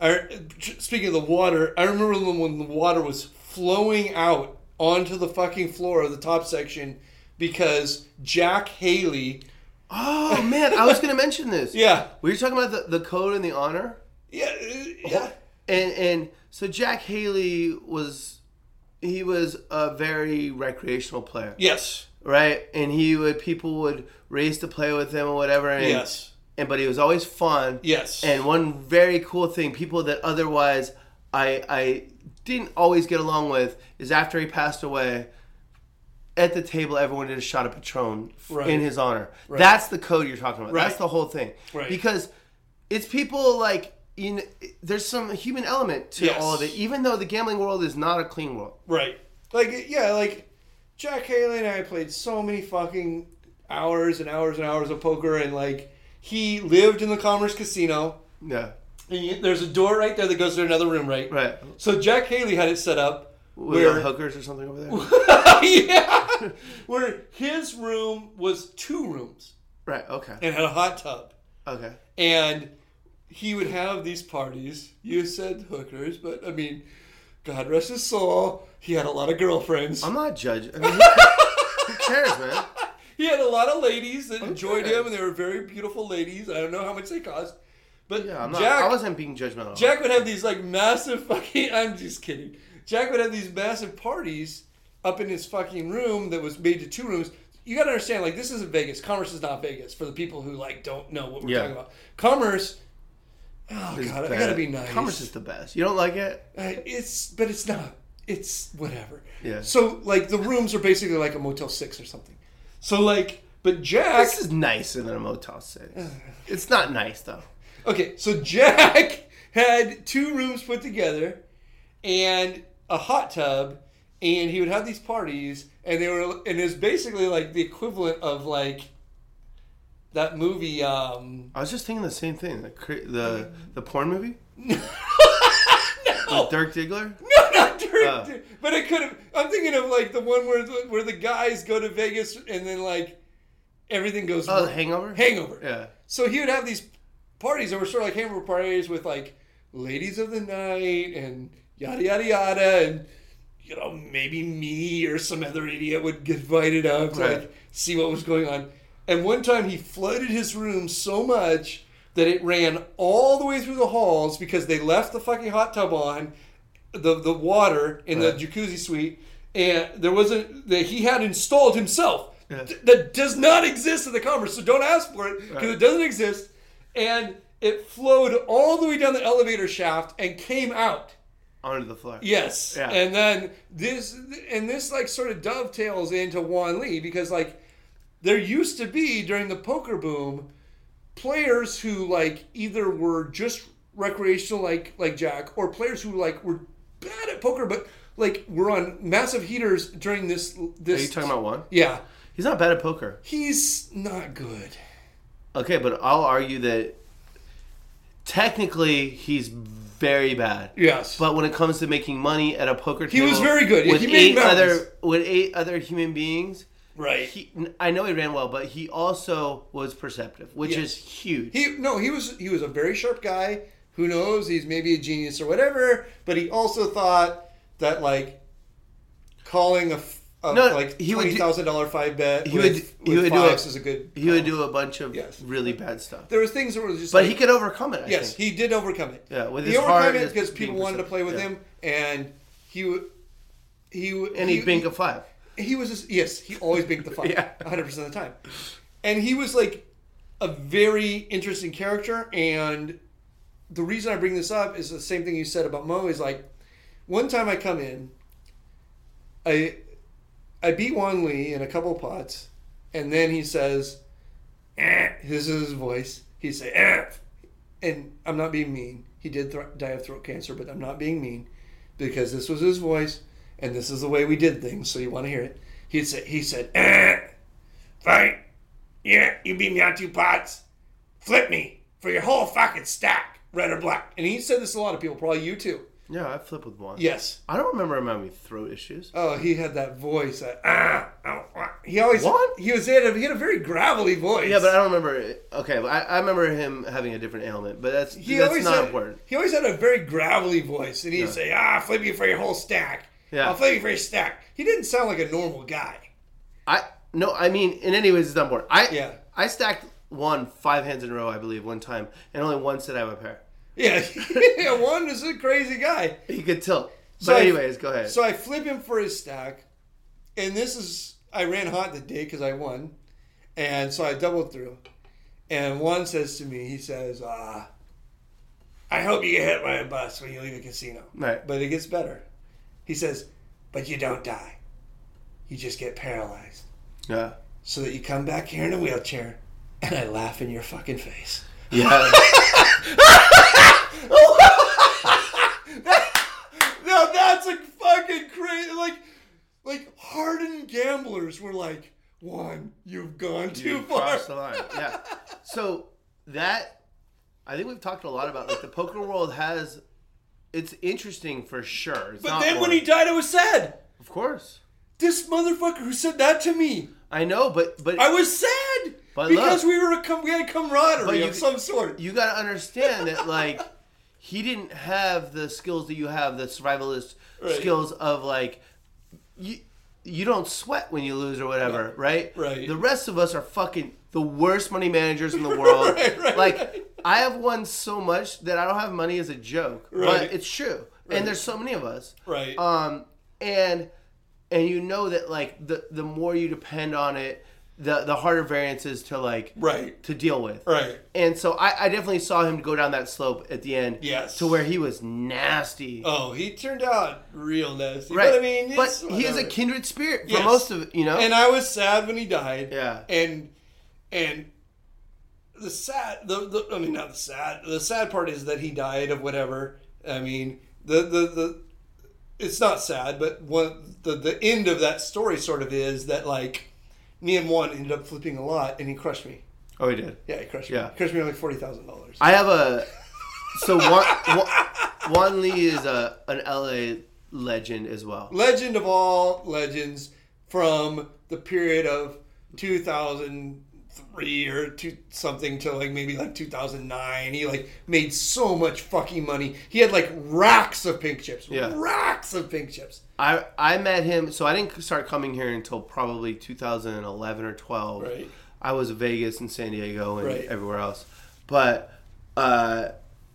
Speaker 4: I, speaking of the water, I remember when the water was flowing out onto the fucking floor of the top section because Jack Haley.
Speaker 1: Oh man, I was gonna mention this.
Speaker 4: Yeah.
Speaker 1: we were talking about the, the code and the honor,
Speaker 4: Yeah, uh, yeah.
Speaker 1: and and so Jack Haley was, he was a very recreational player,
Speaker 4: Yes.
Speaker 1: right? And he would people would race to play with him or whatever. And,
Speaker 4: Yes.
Speaker 1: And but he was always fun.
Speaker 4: Yes.
Speaker 1: And one very cool thing, people that otherwise I I didn't always get along with, is after he passed away, at the table everyone did a shot of Patron f-
Speaker 4: Right.
Speaker 1: in his honor. That's the code you're talking about. That's
Speaker 4: Right.
Speaker 1: the whole thing.
Speaker 4: Right.
Speaker 1: Because it's people like you know, there's some human element to
Speaker 4: Yes.
Speaker 1: all of it, even though the gambling world is not a clean world.
Speaker 4: right. Like yeah, like Jack Haley and I played so many fucking hours and hours and hours of poker, and like he lived in the Commerce Casino.
Speaker 1: Yeah.
Speaker 4: And you, there's a door right there that goes to another room, right?
Speaker 1: Right.
Speaker 4: So Jack Haley had it set up
Speaker 1: With
Speaker 4: where
Speaker 1: hookers or something over there.
Speaker 4: yeah, where his room was two rooms
Speaker 1: right. Okay.
Speaker 4: and had a hot tub.
Speaker 1: Okay.
Speaker 4: and he would have these parties. You said hookers, but I mean, God rest his soul. He had a lot of girlfriends.
Speaker 1: I'm not judging. I mean, who- who cares, man?
Speaker 4: he had a lot of ladies that enjoyed
Speaker 1: Okay.
Speaker 4: him, and they were very beautiful ladies. I don't know how much they cost, but
Speaker 1: Yeah, I'm not,
Speaker 4: Jack,
Speaker 1: I wasn't being judgmental.
Speaker 4: Jack would have these like massive fucking. I'm just kidding. Jack would have these massive parties up in his fucking room that was made to two rooms. You gotta understand, like this isn't Vegas. Commerce is not Vegas. For the people who like don't know what we're
Speaker 1: Yeah.
Speaker 4: talking about, Commerce. Oh
Speaker 1: It's
Speaker 4: god, I
Speaker 1: bad.
Speaker 4: gotta be nice.
Speaker 1: Commerce is the best. You don't like it?
Speaker 4: Uh, it's but it's not. It's whatever.
Speaker 1: Yeah.
Speaker 4: So like the rooms are basically like a Motel Six or something. So like, but Jack.
Speaker 1: This is nicer than a Motel Six. It's not nice though.
Speaker 4: Okay, so Jack had two rooms put together, and a hot tub, and he would have these parties, and they were and it's basically like the equivalent of like that movie. Um,
Speaker 1: I was just thinking the same thing. The cr- the, the porn movie. With Dirk Diggler.
Speaker 4: No, not Dirk.
Speaker 1: Oh.
Speaker 4: Diggler. But it could have. I'm thinking of like the one where the, where the guys go to Vegas and then like everything goes.
Speaker 1: Oh,
Speaker 4: wrong.
Speaker 1: the Hangover.
Speaker 4: Hangover.
Speaker 1: Yeah.
Speaker 4: So he would have these parties that were sort of like hangover parties with like ladies of the night and yada yada yada and you know maybe me or some other idiot would get invited up to
Speaker 1: Right.
Speaker 4: like see what was going on. And one time he flooded his room so much that it ran all the way through the halls because they left the fucking hot tub on the the water in
Speaker 1: Right.
Speaker 4: the jacuzzi suite, and there wasn't that he had installed himself. Th- that does not exist in the commerce, so don't ask for it because it doesn't exist. And it flowed all the way down the elevator shaft and came out.
Speaker 1: Onto the floor.
Speaker 4: Yes,
Speaker 1: Yeah.
Speaker 4: and then this and this like sort of dovetails into Juan Lee because like there used to be during the poker boom players who like either were just recreational like like Jack or players who like were bad at poker but like were on massive heaters during this
Speaker 1: Are
Speaker 4: this
Speaker 1: you talking about one?
Speaker 4: yeah
Speaker 1: He's not bad at poker.
Speaker 4: he's not good
Speaker 1: Okay, but I'll argue that technically he's very bad.
Speaker 4: yes
Speaker 1: But when it comes to making money at a poker table,
Speaker 4: was very good. Yeah,
Speaker 1: with
Speaker 4: he made
Speaker 1: eight
Speaker 4: mountains.
Speaker 1: other with eight other human beings.
Speaker 4: right he,
Speaker 1: He, I know he ran well, but he also was perceptive, which
Speaker 4: Yes.
Speaker 1: is huge.
Speaker 4: no he was he was a very sharp guy who knows he's maybe a genius or whatever but he also thought that like calling a, f- of
Speaker 1: No,
Speaker 4: like
Speaker 1: he would do-
Speaker 4: twenty thousand dollar five bet.
Speaker 1: he
Speaker 4: with,
Speaker 1: would
Speaker 4: with
Speaker 1: he would do
Speaker 4: Fox
Speaker 1: a,
Speaker 4: is a good.
Speaker 1: he would do a bunch of
Speaker 4: Yes.
Speaker 1: really bad stuff.
Speaker 4: There was things that were just.
Speaker 1: But
Speaker 4: like-
Speaker 1: he could overcome it. I
Speaker 4: Yes,
Speaker 1: think.
Speaker 4: he did overcome it.
Speaker 1: Yeah, with
Speaker 4: he
Speaker 1: his
Speaker 4: overcome
Speaker 1: heart,
Speaker 4: it
Speaker 1: his
Speaker 4: because people
Speaker 1: being
Speaker 4: wanted to play with
Speaker 1: persistent,
Speaker 4: him, and he w- he w-
Speaker 1: and he'd bink a five.
Speaker 4: he was just, yes, he always binked the fuck
Speaker 1: Yeah.
Speaker 4: hundred percent of the time, and he was like a very interesting character. And the reason I bring this up is the same thing you said about Mo. Is like one time I come in, I I beat Wan Lee in a couple pots, and then he says, eh, "This is his voice." He say, eh. and I'm not being mean. He did thr die of throat cancer, but I'm not being mean because this was his voice and this is the way we did things, so you want to hear it. He'd say, he said, eh, right, yeah, you beat me on two pots. Flip me for your whole fucking stack, red or black. And he said this to a lot of people, probably you too.
Speaker 1: Yeah, I flip with one.
Speaker 4: Yes.
Speaker 1: I don't remember him having throat issues.
Speaker 4: Oh, he had that voice. That, ah, ah, ah." he always,
Speaker 1: What?
Speaker 4: he was in a, he had a very gravelly voice.
Speaker 1: Yeah, but I don't remember. it- Okay, but I, I remember him having a different ailment, but that's
Speaker 4: he
Speaker 1: that's
Speaker 4: always
Speaker 1: not
Speaker 4: had,
Speaker 1: important.
Speaker 4: He always had a very gravelly voice, and he'd say, "Ah, flip you for your whole stack.
Speaker 1: Yeah.
Speaker 4: I'll flip you for your stack." He didn't sound like a normal guy.
Speaker 1: I no, I mean, in any ways, it's not important. I
Speaker 4: Yeah.
Speaker 1: I stacked one five hands in a row, I believe, one time, and only once did I have a pair.
Speaker 4: Yeah, one is a crazy guy.
Speaker 1: He could tilt. But
Speaker 4: So I-
Speaker 1: anyways, go ahead.
Speaker 4: So I flip him for his stack, and this is I ran hot the day because I won, and so I doubled through. And one says to me, he says, "Ah, I hope you get hit by a bus when you leave the casino."
Speaker 1: Right.
Speaker 4: But it gets better. He says, "But you don't die. You just get paralyzed,
Speaker 1: yeah.
Speaker 4: so that you come back here in a wheelchair." And I laugh in your fucking face.
Speaker 1: Yeah.
Speaker 4: No, that's like fucking crazy. Like, like hardened gamblers were like, "One, you've gone too
Speaker 1: You
Speaker 4: far."
Speaker 1: crossed the line. Yeah. So that I think we've talked a lot about like the poker world has it's interesting for sure. It's
Speaker 4: But
Speaker 1: not
Speaker 4: then when he
Speaker 1: boring.
Speaker 4: died, I was sad.
Speaker 1: Of course.
Speaker 4: This motherfucker who said that to me,
Speaker 1: I know, but but
Speaker 4: I was sad
Speaker 1: But
Speaker 4: because
Speaker 1: look-
Speaker 4: we were a com- we had camaraderie
Speaker 1: But you-
Speaker 4: of some sort.
Speaker 1: you got to understand that like he didn't have the skills that you have the survivalist
Speaker 4: Right.
Speaker 1: skills of like you you don't sweat when you lose or whatever right
Speaker 4: Right.
Speaker 1: the rest of us are fucking the worst money managers in the world
Speaker 4: Right, right,
Speaker 1: like
Speaker 4: right.
Speaker 1: i have won so much that i don't have money as a joke
Speaker 4: Right.
Speaker 1: but it's true and there's so many of us
Speaker 4: right.
Speaker 1: um and and you know that like the the more you depend on it the the harder variance is to like
Speaker 4: right.
Speaker 1: to deal with
Speaker 4: Right.
Speaker 1: and so I, I definitely saw him go down that slope at the end.
Speaker 4: Yes.
Speaker 1: To where he was nasty.
Speaker 4: Oh, he turned out real nasty.
Speaker 1: right.
Speaker 4: But I mean,
Speaker 1: but
Speaker 4: it's
Speaker 1: he is a
Speaker 4: whatever.
Speaker 1: kindred spirit for
Speaker 4: Yes.
Speaker 1: most of it, you know?
Speaker 4: And I was sad when he died.
Speaker 1: Yeah.
Speaker 4: And and the sad the, the I mean not the sad the sad part is that he died of whatever. I mean the the, the it's not sad, but one the, the end of that story sort of is that like me and one ended up flipping a lot and he crushed me.
Speaker 1: oh, he did.
Speaker 4: Yeah, he crushed me.
Speaker 1: Yeah.
Speaker 4: He crushed me like forty thousand dollars.
Speaker 1: I have a. So Juan, Juan, Juan Lee is a an LA legend as well.
Speaker 4: Legend of all legends from the period of two thousand three or two something to like maybe like two thousand nine. He like made so much fucking money. He had like racks of pink chips.
Speaker 1: Yeah.
Speaker 4: Racks of pink chips.
Speaker 1: I, I met him, so I didn't start coming here until probably 2011 or 12.
Speaker 4: Right.
Speaker 1: I was in Vegas and San Diego and
Speaker 4: Right.
Speaker 1: everywhere else. But uh,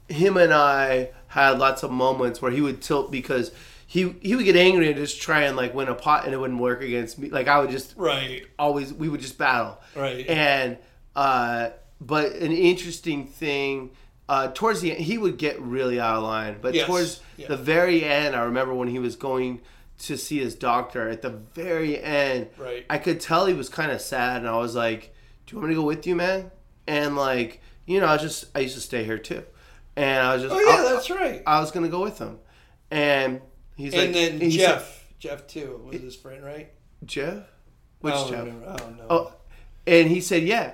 Speaker 1: him and I had lots of moments where he would tilt because he he would get angry and just try and like win a pot and it wouldn't work against me. Like I would just
Speaker 4: Right.
Speaker 1: always we would just battle.
Speaker 4: Right.
Speaker 1: And uh, but an interesting thing uh, towards the end, he would get really out of line. But
Speaker 4: Yes.
Speaker 1: towards
Speaker 4: Yeah.
Speaker 1: the very end, I remember when he was going to see his doctor. At the very end,
Speaker 4: Right.
Speaker 1: I could tell he was kind of sad, and I was like, "Do you want me to go with you, man?" And like, you know, I just I used to stay here too, and I was just,
Speaker 4: Oh yeah,
Speaker 1: I-
Speaker 4: that's right.
Speaker 1: I, was gonna go with him, and he's
Speaker 4: and
Speaker 1: like,
Speaker 4: then
Speaker 1: he said-
Speaker 4: Jeff. Jeff too was his friend, right?
Speaker 1: Jeff, which
Speaker 4: I don't
Speaker 1: Jeff?
Speaker 4: remember. I don't know.
Speaker 1: Oh, and he said, yeah.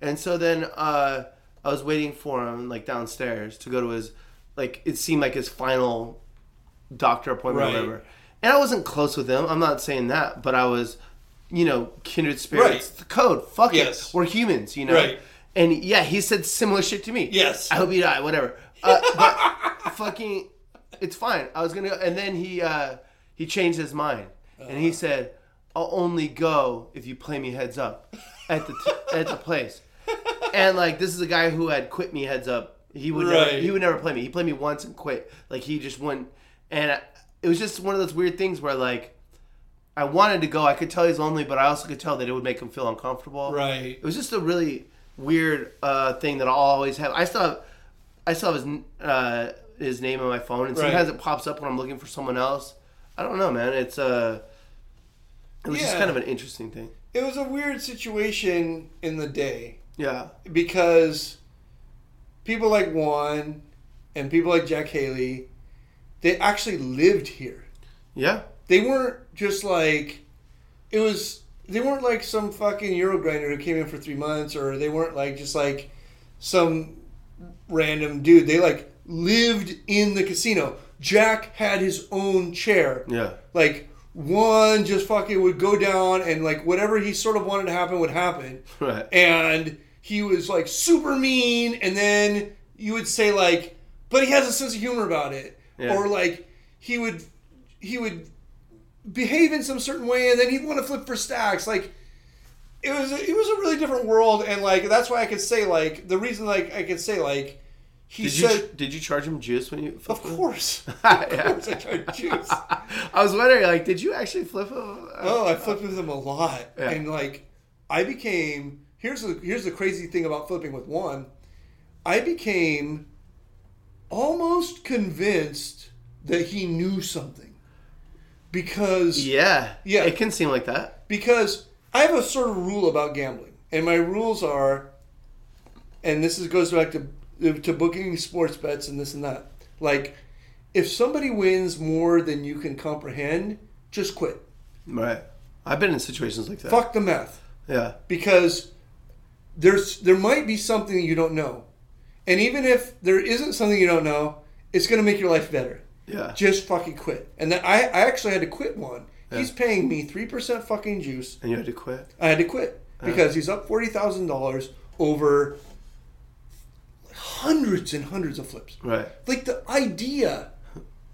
Speaker 1: And so then uh, I was waiting for him, like downstairs, to go to his, like, it seemed like his final doctor appointment
Speaker 4: Right.
Speaker 1: or whatever. And I wasn't close with him. I'm not saying that, but I was, you know, kindred spirits.
Speaker 4: Right.
Speaker 1: The code. Fuck
Speaker 4: Yes.
Speaker 1: it. We're humans, you know?
Speaker 4: Right.
Speaker 1: And yeah, he said similar shit to me.
Speaker 4: Yes.
Speaker 1: I hope you die, whatever. Uh, but fucking,
Speaker 4: Uh-huh.
Speaker 1: it's fine. I was going to, and then he, uh, he changed his mind. And he said, I'll only go if you play me heads up at the t- at the place. And like this is a guy who had quit me heads up. He would never,
Speaker 4: Right.
Speaker 1: he would never play me. He played me once and quit. Like he just wouldn't. And I, it was just one of those weird things where like I wanted to go. I could tell he's lonely, but I also could tell that it would make him feel uncomfortable.
Speaker 4: Right.
Speaker 1: It was just a really weird uh, thing that I'll always have. I still have, I still have his n- uh, his name on my phone, and
Speaker 4: Right.
Speaker 1: sometimes it pops up when I'm looking for someone else. I don't know, man. It's uh, it was just
Speaker 4: Yeah.
Speaker 1: kind of an interesting thing.
Speaker 4: It was a weird situation in the day
Speaker 1: Yeah,
Speaker 4: because people like Juan and people like Jack Haley, they actually lived here.
Speaker 1: yeah,
Speaker 4: They weren't just like it was. They weren't like some fucking Euro grinder who came in for three months, or they weren't like just like some random dude. They like lived in the casino. Jack had his own chair.
Speaker 1: yeah,
Speaker 4: Like one just fucking would go down and like whatever he sort of wanted to happen would happen.
Speaker 1: right,
Speaker 4: And he was like super mean and then you would say like but he has a sense of humor about it.
Speaker 1: Yeah.
Speaker 4: Or like he would he would behave in some certain way and then he'd want to flip for stacks. Like it was it was a really different world and like that's why I could say like the reason like I could say like he
Speaker 1: Did you
Speaker 4: said
Speaker 1: did you charge him juice when you?
Speaker 4: of course.
Speaker 1: Yeah.
Speaker 4: of course I tried juice.
Speaker 1: I was wondering, like, did you actually flip him?
Speaker 4: Oh, I flipped with him a lot,
Speaker 1: Yeah.
Speaker 4: and like, I became here's the here's the crazy thing about flipping with one. I became almost convinced that he knew something because
Speaker 1: yeah,
Speaker 4: Yeah.
Speaker 1: It can seem like that.
Speaker 4: because I have a sort of rule about gambling, and my rules are, and this is, goes back to to booking sports bets and this and that. Like, if somebody wins more than you can comprehend, just quit.
Speaker 1: Right. I've been in situations like that.
Speaker 4: Fuck the math.
Speaker 1: Yeah.
Speaker 4: because there's there might be something you don't know, and even if there isn't something you don't know, it's going to make your life better.
Speaker 1: Yeah.
Speaker 4: Just fucking quit. And then I, I actually had to quit one. He's paying me three percent fucking juice.
Speaker 1: and you had to quit.
Speaker 4: I had to quit because he's up forty thousand dollars over hundreds and hundreds of flips.
Speaker 1: Right.
Speaker 4: Like the idea,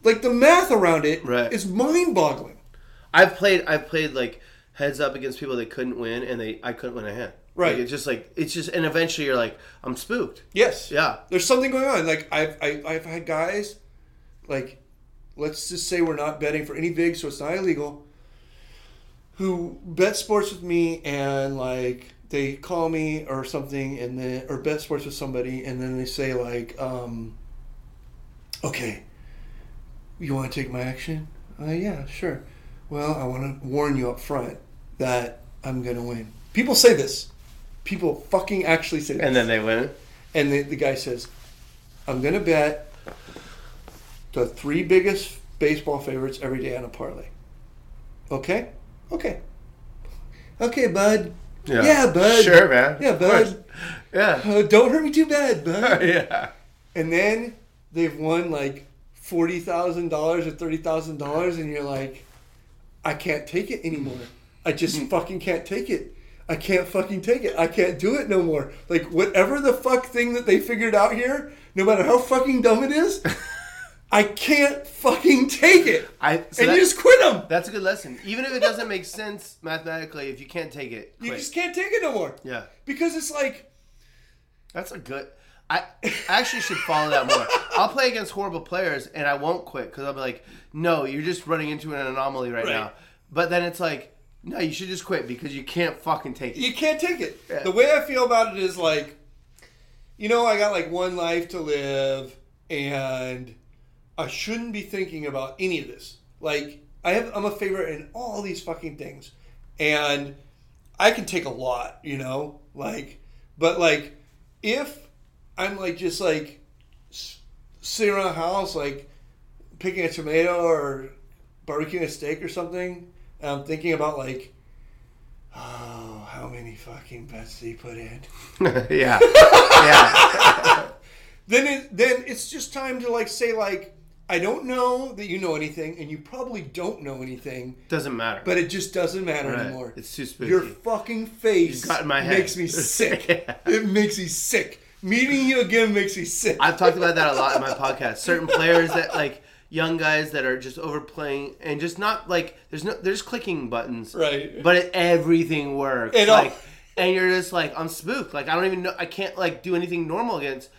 Speaker 4: like the math around it is
Speaker 1: Right.
Speaker 4: mind-boggling.
Speaker 1: I've played I've played like heads up against people that couldn't win and they I couldn't win a hand.
Speaker 4: Right.
Speaker 1: Like, it's just like it's just and eventually you're like, I'm spooked.
Speaker 4: Yes.
Speaker 1: Yeah.
Speaker 4: There's something going on. Like I've I, I've had guys, like, let's just say we're not betting for any big, so it's not illegal. Who bet sports with me and like they call me or something and then or bet sports with somebody and then they say like, um, okay, you want to take my action? Uh, yeah, sure. Well, I want to warn you up front that I'm gonna win. People say this. People fucking actually say this.
Speaker 1: And then they win.
Speaker 4: And the, the guy says, I'm going to bet the three biggest baseball favorites every day on a parlay. Okay? Okay. Okay, bud. Yeah, bud.
Speaker 1: Sure, man.
Speaker 4: Yeah,
Speaker 1: Of course.
Speaker 4: bud.
Speaker 1: Yeah.
Speaker 4: Uh, don't hurt me too bad, bud.
Speaker 1: yeah.
Speaker 4: and then they've won like $40,000 or $30,000, and you're like, I can't take it anymore. I just
Speaker 1: Mm-hmm.
Speaker 4: fucking can't take it. I can't fucking take it. I can't do it no more. Like, whatever the fuck thing that they figured out here, no matter how fucking dumb it is, I can't fucking take it.
Speaker 1: I so
Speaker 4: and
Speaker 1: that-
Speaker 4: you just quit them.
Speaker 1: that's a good lesson. Even if it doesn't make sense mathematically, if you can't take it,
Speaker 4: You
Speaker 1: quit.
Speaker 4: just can't take it no more.
Speaker 1: Yeah.
Speaker 4: Because it's like,
Speaker 1: That's a good. I I actually should follow that more. I'll play against horrible players and I won't quit because I'll be like, no, you're just running into an anomaly right,
Speaker 4: Right.
Speaker 1: now. But then it's like, no, you should just quit because you can't fucking take it.
Speaker 4: you can't take it. The way I feel about it is like, you know, I got like one life to live, and I shouldn't be thinking about any of this. Like, I have, I'm a favorite in all these fucking things, and I can take a lot, you know, like, but like, if I'm like just like s- sitting around the house, like picking a tomato or barbecuing a steak or something, and I'm thinking about like Oh, how many fucking bets did he put in?
Speaker 1: yeah. yeah.
Speaker 4: Then it then it's just time to like say like I don't know that you know anything, and you probably don't know anything,
Speaker 1: Doesn't matter.
Speaker 4: but it just doesn't matter
Speaker 1: Right.
Speaker 4: anymore.
Speaker 1: It's too spooky.
Speaker 4: Your fucking face
Speaker 1: You got in my head.
Speaker 4: makes me sick.
Speaker 1: Yeah.
Speaker 4: It makes me sick. Meeting you again makes me sick.
Speaker 1: I've talked about that a lot in my podcast. Certain players that like young guys that are just overplaying and just not like there's no there's clicking buttons,
Speaker 4: Right.
Speaker 1: But it, everything works.
Speaker 4: It all-
Speaker 1: like, and you're just like I'm spooked. Like I don't even know. I can't like do anything normal against.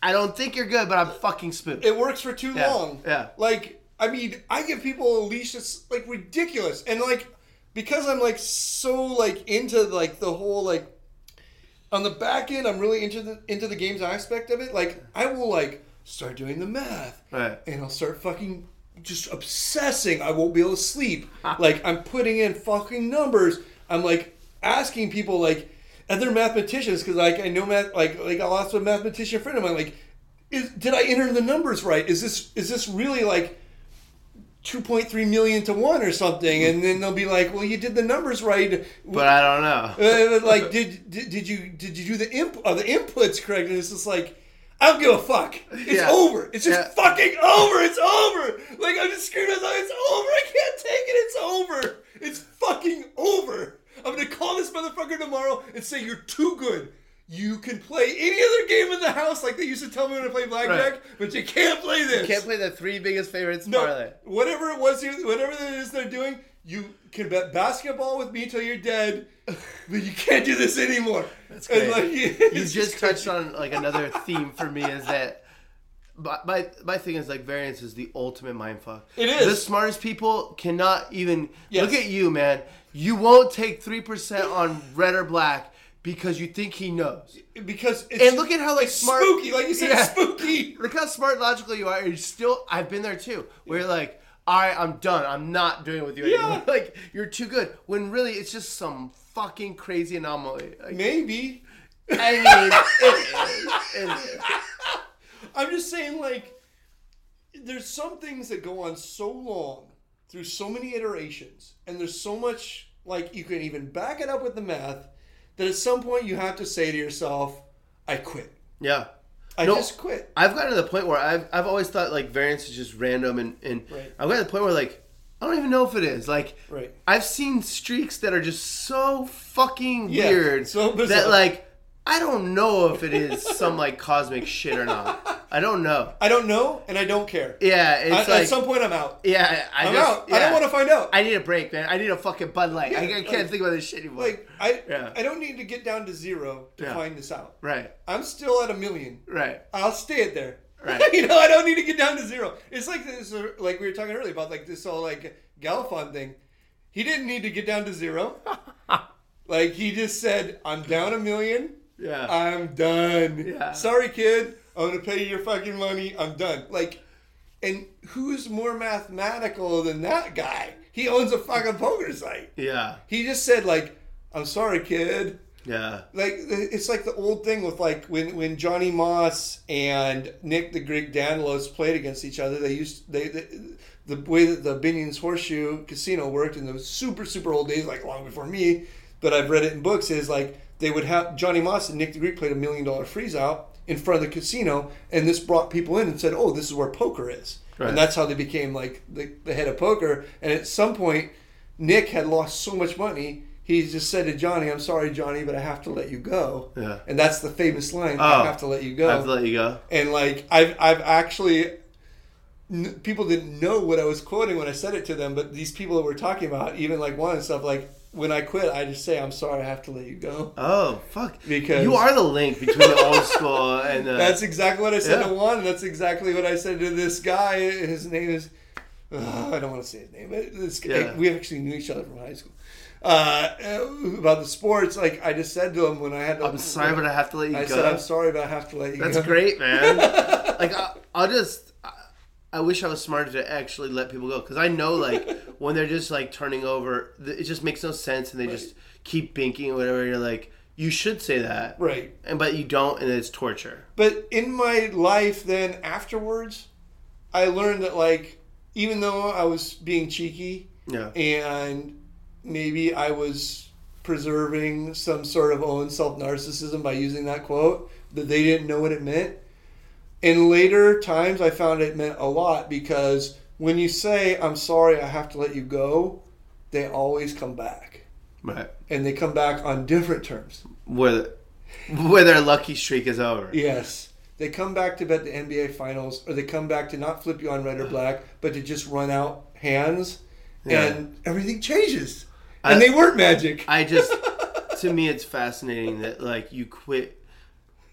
Speaker 1: I don't think you're good, but I'm fucking spooked.
Speaker 4: it works for too
Speaker 1: Yeah,
Speaker 4: long.
Speaker 1: yeah.
Speaker 4: Like, I mean, I give people a leash that's like ridiculous, and like because I'm like so like into like the whole like on the back end, I'm really into the into the games aspect of it. Like, I will like start doing the math,
Speaker 1: Right.
Speaker 4: and I'll start fucking just obsessing. I won't be able to sleep. like, I'm putting in fucking numbers. I'm like asking people like. And they're mathematicians because like I know math like like I lost a mathematician friend of mine like is, did I enter the numbers right? Is this is this really like 2.3 million to one or something? And then they'll be like, well, you did the numbers right.
Speaker 1: but I don't know.
Speaker 4: Uh, like, did, did did you did you do the imp are the inputs correct? And it's just like. I don't give a fuck. It's
Speaker 1: Yeah.
Speaker 4: over. It's just
Speaker 1: Yeah.
Speaker 4: fucking over. It's over. Like I'm just screwed up. It's over. I can't take it. It's over. It's fucking over. I'm gonna call this motherfucker tomorrow and say you're too good. You can play any other game in the house like they used to tell me when I played blackjack,
Speaker 1: Right.
Speaker 4: but you can't play this.
Speaker 1: Can't play the three biggest favorites
Speaker 4: No,
Speaker 1: parlay.
Speaker 4: whatever it was, you whatever it is they're doing, you can bet basketball with me till you're dead, but you can't do this anymore. That's
Speaker 1: great. you
Speaker 4: it's
Speaker 1: just
Speaker 4: crazy.
Speaker 1: touched on like another theme for me is that my, my my thing is like variance is the ultimate mindfuck.
Speaker 4: It is.
Speaker 1: The smartest people cannot even
Speaker 4: Yes.
Speaker 1: look at you, man. You won't take three percent on red or black because you think he knows.
Speaker 4: because it's,
Speaker 1: And look at how like
Speaker 4: it's
Speaker 1: smart
Speaker 4: spooky, like you said,
Speaker 1: Yeah.
Speaker 4: it's spooky.
Speaker 1: Look how smart logical you are. You're still I've been there too. Where you're like, all right, I'm done. I'm not doing it with you
Speaker 4: Yeah.
Speaker 1: anymore. Like you're too good. When really it's just some fucking crazy anomaly. Like,
Speaker 4: Maybe
Speaker 1: I mean, it is. It is.
Speaker 4: I'm just saying, like, there's some things that go on so long through so many iterations, and there's so much, like, you can even back it up with the math that at some point you have to say to yourself, I quit.
Speaker 1: Yeah.
Speaker 4: I
Speaker 1: No.
Speaker 4: just quit.
Speaker 1: I've gotten to the point where I've, I've always thought like variance is just random and, and
Speaker 4: Right.
Speaker 1: I've gotten to the point where like I don't even know if it is. Like
Speaker 4: Right.
Speaker 1: I've seen streaks that are just so fucking
Speaker 4: Yeah,
Speaker 1: weird
Speaker 4: so bizarre.
Speaker 1: that like I don't know if it is some like cosmic shit or not. I don't know.
Speaker 4: I don't know, and I don't care.
Speaker 1: Yeah,
Speaker 4: I-
Speaker 1: it's
Speaker 4: at
Speaker 1: like
Speaker 4: some point, I'm out.
Speaker 1: yeah, I, I
Speaker 4: I'm
Speaker 1: just,
Speaker 4: out. I don't want to find out.
Speaker 1: I need a break, man. I need a fucking Bud Light. I, I
Speaker 4: Yeah,
Speaker 1: can't
Speaker 4: like-
Speaker 1: think about this shit anymore.
Speaker 4: like I,
Speaker 1: Yeah.
Speaker 4: I don't need to get down to zero to
Speaker 1: Yeah.
Speaker 4: find this out.
Speaker 1: right,
Speaker 4: I'm still at a million.
Speaker 1: right.
Speaker 4: I'll stay it there.
Speaker 1: Right.
Speaker 4: you know, I don't need to get down to zero. It's like this, uh, like we were talking earlier about like this whole like Galifon thing. He didn't need to get down to zero. like he just said, "I'm down a million.
Speaker 1: Yeah.
Speaker 4: I'm done.
Speaker 1: Yeah.
Speaker 4: Sorry, kid. I'm gonna pay you your fucking money. I'm done." Like, and who's more mathematical than that guy? He owns a fucking poker site.
Speaker 1: yeah.
Speaker 4: He just said, "Like, I'm sorry, kid."
Speaker 1: Yeah.
Speaker 4: like it's like the old thing with like when when Johnny Moss and Nick the Greek Danlos played against each other. They used they, they the way that the Binion's Horseshoe Casino worked in the super super old days, like long before me. But I've read it in books. Is like they would have Johnny Moss and Nick the Greek played a million dollar freeze out in front of the casino, and this brought people in and said, "Oh, this is where poker is,"
Speaker 1: Right.
Speaker 4: and that's how they became like the, the head of poker. And at some point. Nick had lost so much money, he just said to Johnny, I'm sorry, Johnny, but I have to let you go.
Speaker 1: Yeah.
Speaker 4: And that's the famous line, I
Speaker 1: Oh.
Speaker 4: have to let you go.
Speaker 1: I have to let you go.
Speaker 4: and like, I've, I've actually, n- people didn't know what I was quoting when I said it to them, but these people that we're talking about, even like one and stuff, like, when I quit, I just say, I'm sorry, I have to let you go.
Speaker 1: Oh fuck!
Speaker 4: Because-
Speaker 1: you are the link between the old school and uh, the
Speaker 4: That's exactly what I said
Speaker 1: Yeah.
Speaker 4: to one. and That's exactly what I said to this guy. His name is. Ugh, I don't want to say his name. but This guy,
Speaker 1: Yeah.
Speaker 4: we actually knew each other from high school. Uh, about the sports, like I just said to him when I had. To,
Speaker 1: I'm sorry, but I have to let you
Speaker 4: I
Speaker 1: go.
Speaker 4: said I'm sorry, but I have to let you.
Speaker 1: That's
Speaker 4: go.
Speaker 1: great, man. like I, I'll just. I, I wish I was smarter to actually let people go because I know like when they're just like turning over, th- it just makes no sense, and they just keep binking or whatever. You're like, you should say that,
Speaker 4: Right,
Speaker 1: And but you don't, and it's torture.
Speaker 4: but in my life, then afterwards, I learned that like even though I was being cheeky,
Speaker 1: Yeah,
Speaker 4: and maybe I was preserving some sort of own self narcissism by using that quote that they didn't know what it meant. In later times, I found it meant a lot because when you say, I'm sorry, I have to let you go, they always come back.
Speaker 1: right.
Speaker 4: And they come back on different terms.
Speaker 1: Where, the, where their lucky streak is over.
Speaker 4: Yes. They come back to bet the NBA Finals, or they come back to not flip you on red or black, but to just run out hands,
Speaker 1: Yeah.
Speaker 4: and everything changes.
Speaker 1: I-
Speaker 4: And they weren't magic.
Speaker 1: I just, to me, it's fascinating that like you quit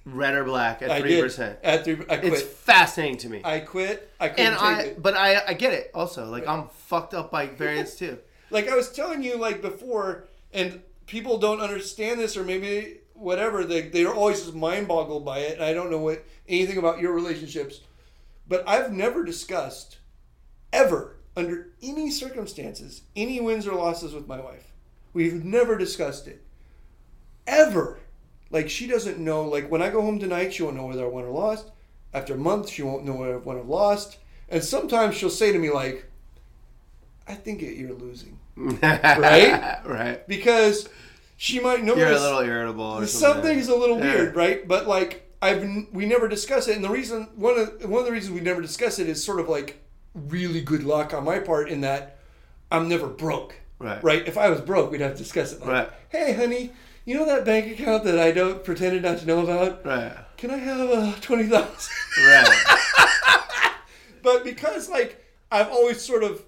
Speaker 1: red or black at
Speaker 4: I
Speaker 1: three
Speaker 4: did.
Speaker 1: percent.
Speaker 4: At three, I quit.
Speaker 1: It's fascinating to me.
Speaker 4: I quit. I couldn't
Speaker 1: and
Speaker 4: take
Speaker 1: I,
Speaker 4: it.
Speaker 1: but I, I get it also. Like I'm fucked up by variance too.
Speaker 4: like I was telling you like before, and people don't understand this or maybe whatever. They they're always just mind boggled by it. And I don't know what anything about your relationships, but I've never discussed ever under any circumstances any wins or losses with my wife. We've never discussed it ever. Like she doesn't know. Like when I go home tonight, she won't know whether I won or lost. After a month, she won't know whether I won or lost. And sometimes she'll say to me like, "I think that you're losing."
Speaker 1: right? Right.
Speaker 4: because she might notice
Speaker 1: You're a little irritable or something.
Speaker 4: something's a little
Speaker 1: Yeah.
Speaker 4: weird, right? But like I've n- we never discuss it, and the reason one of one of the reasons we never discuss it is sort of like really good luck on my part in that I'm never broke,
Speaker 1: Right.
Speaker 4: Right? If I was broke, we'd have to discuss it. Like,
Speaker 1: Right.
Speaker 4: Hey, honey, you know that bank account that I don't pretended not to know about?
Speaker 1: Right.
Speaker 4: Can I have uh, twenty thousand?
Speaker 1: Right.
Speaker 4: but because like I've always sort of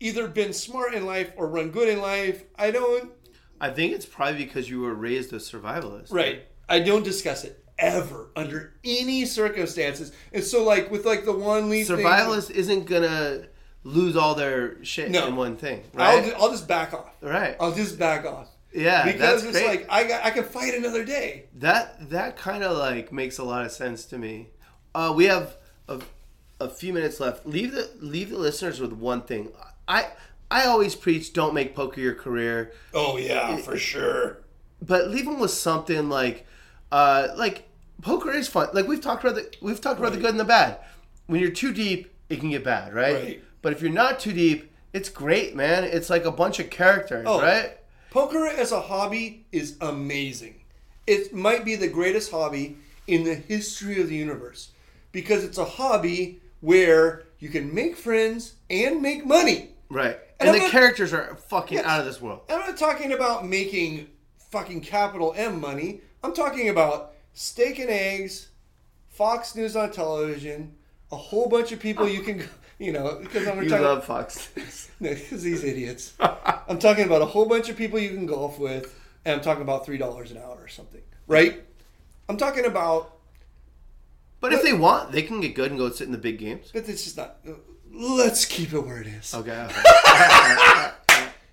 Speaker 4: either been smart in life or run good in life, I don't
Speaker 1: I think it's probably because you were raised a survivalist.
Speaker 4: Right. I don't discuss it ever under any circumstances. And so, like with like the one lead thing-
Speaker 1: Survivalist isn't gonna lose all their shit
Speaker 4: No.
Speaker 1: in one thing.
Speaker 4: I'll,
Speaker 1: Right.
Speaker 4: ju- I'll just back off.
Speaker 1: right.
Speaker 4: I'll just back off
Speaker 1: yeah. that's
Speaker 4: because it's
Speaker 1: great.
Speaker 4: like I got, I can fight another day.
Speaker 1: That that kind of like makes a lot of sense to me. Uh, we have a, a few minutes left. Leave the leave the listeners with one thing. I I always preach don't make poker your career,
Speaker 4: Oh yeah, for sure.
Speaker 1: but leave them with something like uh, like poker is fun. Like we've talked about the we've talked about the good and the bad. When you're too deep, it can get bad, right?
Speaker 4: Right.
Speaker 1: But if you're not too deep, it's great, man. It's like a bunch of characters,
Speaker 4: Oh.
Speaker 1: right?
Speaker 4: Poker as a hobby is amazing. It might be the greatest hobby in the history of the universe because it's a hobby where you can make friends and make money.
Speaker 1: Right. And,
Speaker 4: And I'm
Speaker 1: the
Speaker 4: not-
Speaker 1: characters are fucking
Speaker 4: Yes.
Speaker 1: out of this world.
Speaker 4: I'm not talking about making fucking capital M money. I'm talking about steak and eggs, Fox News on television, a whole bunch of people you can, you know, because I'm
Speaker 1: You
Speaker 4: talking
Speaker 1: love Fox.
Speaker 4: because these idiots. I'm talking about a whole bunch of people you can golf with, and I'm talking about three dollars an hour or something, right? I'm talking about,
Speaker 1: But if they want, they can get good and go sit in the big games.
Speaker 4: but it's just not. Let's keep it where it is.
Speaker 1: Okay.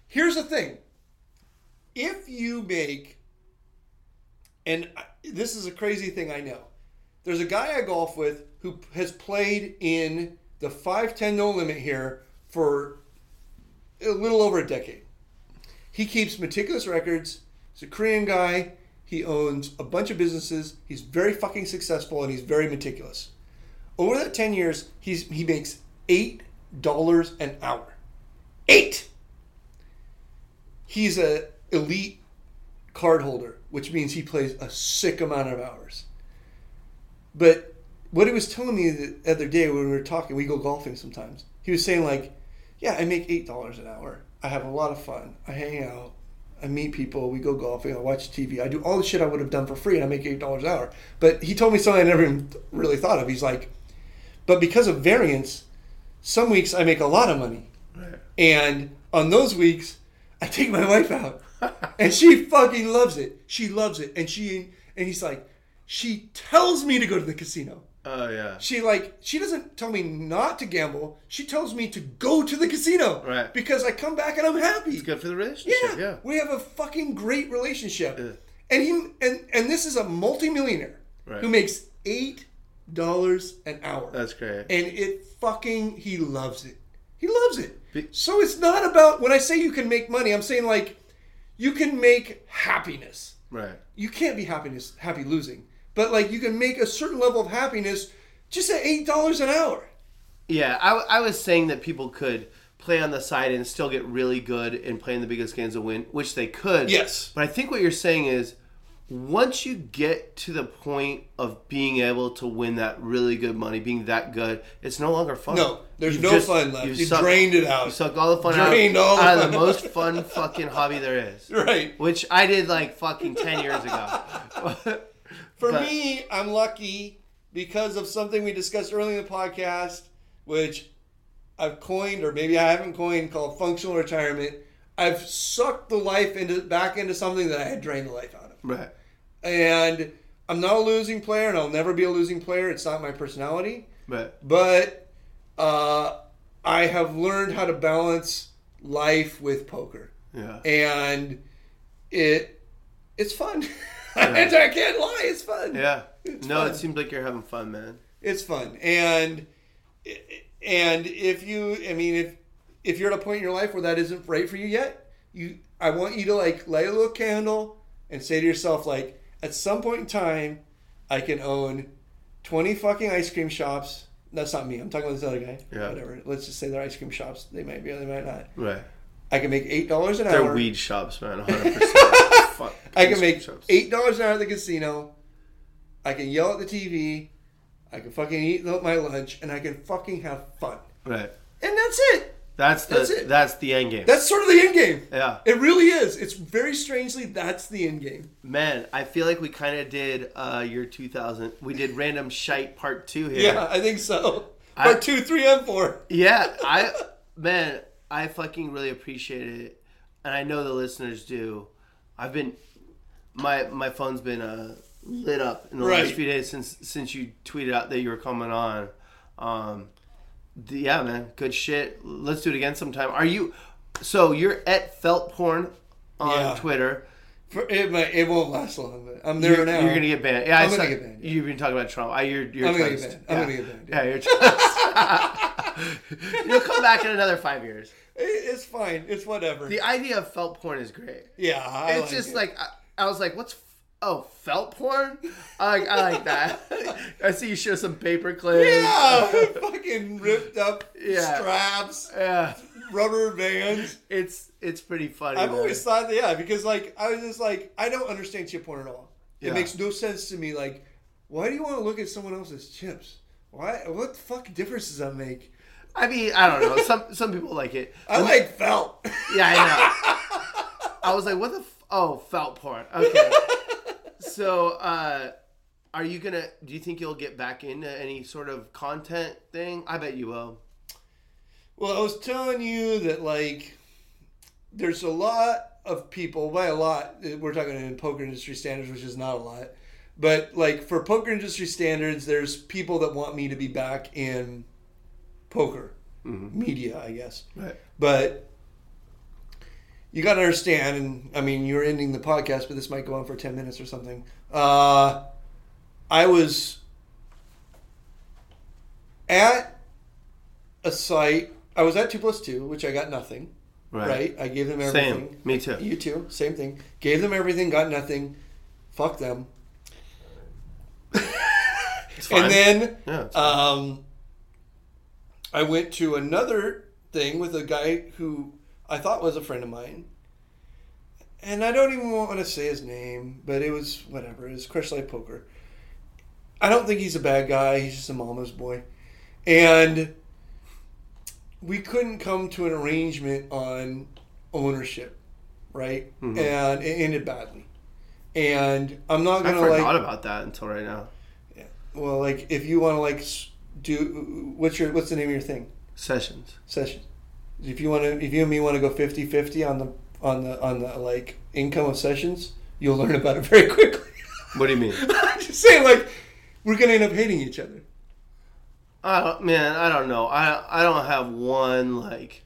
Speaker 4: here's the thing if you make and I- this is a crazy thing i know there's a guy i golf with who has played in the 510 no limit here for a little over a decade he keeps meticulous records he's a korean guy he owns a bunch of businesses he's very fucking successful and he's very meticulous over that 10 years he's he makes eight dollars an hour eight he's a elite card holder, which means he plays a sick amount of hours. But what he was telling me the other day when we were talking, we go golfing sometimes. He was saying like, "Yeah, I make eight dollars an hour. I have a lot of fun. I hang out. I meet people. We go golfing. I watch TV. I do all the shit I would have done for free, and I make eight dollars an hour." But he told me something I never even really thought of. He's like, "But because of variance, some weeks I make a lot of money, and on those weeks, I take my wife out, and she fucking loves it. She loves it, and she and he's like, she tells me to go to the casino.
Speaker 1: oh yeah.
Speaker 4: She like she doesn't tell me not to gamble. She tells me to go to the casino,
Speaker 1: Right.
Speaker 4: Because I come back and I'm happy.
Speaker 1: It's good for the
Speaker 4: Yeah,
Speaker 1: relationship. Yeah.
Speaker 4: we have a fucking great relationship.
Speaker 1: Yeah.
Speaker 4: And he and and this is a multimillionaire
Speaker 1: Right.
Speaker 4: who makes eight dollars an hour.
Speaker 1: That's great.
Speaker 4: And it fucking he loves it. He loves it.
Speaker 1: Be-
Speaker 4: so it's not about when I say you can make money, I'm saying like you can make happiness.
Speaker 1: right.
Speaker 4: You can't be happiness happy losing, but like you can make a certain level of happiness just at eight dollars an hour.
Speaker 1: Yeah. I, w- I was saying that people could play on the side and still get really good and play in the biggest games and win, which they could.
Speaker 4: Yes.
Speaker 1: But I think what you're saying is, once you get to the point of being able to win that really good money, being that good, it's no longer fun.
Speaker 4: No, there's
Speaker 1: You've
Speaker 4: no fun left.
Speaker 1: you've
Speaker 4: You drained it out.
Speaker 1: You sucked all the fun out,
Speaker 4: Drained all the
Speaker 1: out of
Speaker 4: fun
Speaker 1: the most fun fucking hobby there is.
Speaker 4: Right.
Speaker 1: Which I did like fucking ten years ago.
Speaker 4: For me, I'm lucky because of something we discussed earlier in the podcast, which I've coined, or maybe I haven't coined, called functional retirement. I've sucked the life into back into something that I had drained the life out of.
Speaker 1: Right.
Speaker 4: And I'm not a losing player, and I'll never be a losing player. It's not my personality.
Speaker 1: But
Speaker 4: But uh, I have learned how to balance life with poker
Speaker 1: yeah.
Speaker 4: and it it's fun. And I can't lie, it's fun.
Speaker 1: yeah. No,
Speaker 4: fun.
Speaker 1: it seems like you're having fun, man.
Speaker 4: It's fun. And and if you I mean if if you're at a point in your life where that isn't right for you yet, you I want you to like light a little candle and say to yourself like at some point in time I can own 20 fucking ice cream shops. That's not me. I'm talking about this other guy.
Speaker 1: Yeah.
Speaker 4: Whatever. Let's just say they're ice cream shops. They might be, they might not.
Speaker 1: Right.
Speaker 4: I can make eight dollars an
Speaker 1: They're
Speaker 4: hour.
Speaker 1: weed shops, man. 100%. Fuck.
Speaker 4: I can make
Speaker 1: Shops.
Speaker 4: eight dollars an hour at the casino. I can yell at the TV. I can fucking eat my lunch, and I can fucking have fun.
Speaker 1: Right.
Speaker 4: And that's it.
Speaker 1: That's the
Speaker 4: That's
Speaker 1: that's,
Speaker 4: it.
Speaker 1: the end game.
Speaker 4: That's sort of the end game.
Speaker 1: yeah.
Speaker 4: It really is. It's very strangely that's the end game.
Speaker 1: Man, I feel like we kind of did uh, year 2000. We did random shite part two here.
Speaker 4: Yeah, I think so.
Speaker 1: I-
Speaker 4: Part two, three, and four.
Speaker 1: Yeah, I man, I fucking really appreciate it, and I know the listeners do. I've been my my phone's been uh, lit up in the
Speaker 4: Right.
Speaker 1: last few days since since you tweeted out that you were coming on. Um, the- yeah, man, good shit. Let's do it again sometime. Are you? So you're at felt porn on
Speaker 4: Yeah.
Speaker 1: Twitter.
Speaker 4: For, it, might, it won't last long, but I'm there
Speaker 1: You're,
Speaker 4: now.
Speaker 1: you're gonna get banned. Yeah, I
Speaker 4: I'm gonna
Speaker 1: saw-
Speaker 4: get banned, yeah.
Speaker 1: You've been talking about Trump. I, you're, you're
Speaker 4: I'm gonna get
Speaker 1: toast.
Speaker 4: banned. I'm
Speaker 1: yeah.
Speaker 4: gonna get banned,
Speaker 1: Yeah, you're toast. You'll come back in another five years.
Speaker 4: It- it's fine. It's whatever.
Speaker 1: The idea of felt porn is great.
Speaker 4: yeah, I
Speaker 1: it's
Speaker 4: like
Speaker 1: just
Speaker 4: it.
Speaker 1: like I, I was like, what's f- oh felt porn? I like I like that. I see you show some paper clips.
Speaker 4: yeah, fucking ripped up
Speaker 1: Yeah.
Speaker 4: straps,
Speaker 1: Yeah.
Speaker 4: rubber bands.
Speaker 1: It's it's pretty funny.
Speaker 4: I've
Speaker 1: man.
Speaker 4: always thought that, yeah, because like I was just like I don't understand chip porn at all. It
Speaker 1: Yeah.
Speaker 4: makes no sense to me. Like, why do you want to look at someone else's chips? Why? What the fuck difference does that make?
Speaker 1: I mean, I don't know. Some some people like it.
Speaker 4: I like felt.
Speaker 1: Yeah, I know. I was like, what the f- oh felt porn. Okay. so uh are you gonna do you think you'll get back into any sort of content thing? I bet you will.
Speaker 4: well, I was telling you that like there's a lot of people. By a lot, we're talking in poker industry standards, which is not a lot. But like for poker industry standards, there's people that want me to be back in poker media, I guess.
Speaker 1: Right.
Speaker 4: But you got to understand, and I mean, you're ending the podcast, but this might go on for 10 minutes or something. Uh, I was at a site, I was at 2 plus 2, which I got nothing, right? I gave them everything.
Speaker 1: Same. Me too.
Speaker 4: You too, same thing. Gave them everything, got nothing. Fuck them.
Speaker 1: It's fine.
Speaker 4: And then
Speaker 1: yeah, it's fine.
Speaker 4: um, I went to another thing with a guy who I thought was a friend of mine. And I don't even want to say his name, but it was whatever. It was Crush Life Poker. I don't think he's a bad guy. He's just a mama's boy. And we couldn't come to an arrangement on ownership, right? And it ended badly. And I'm not
Speaker 1: I
Speaker 4: going to
Speaker 1: forgot
Speaker 4: like.
Speaker 1: about that until right now.
Speaker 4: Well, like if you want to like s- do what's your what's the name of your thing
Speaker 1: Sessions.
Speaker 4: session? If you want to, if you and me want to go 50-50 on the on the on the like income of sessions, you'll learn about it very quickly.
Speaker 1: What do you mean?
Speaker 4: I'm just saying, like we're gonna end up hating each other.
Speaker 1: I don't, man, I don't know. I I don't have one like.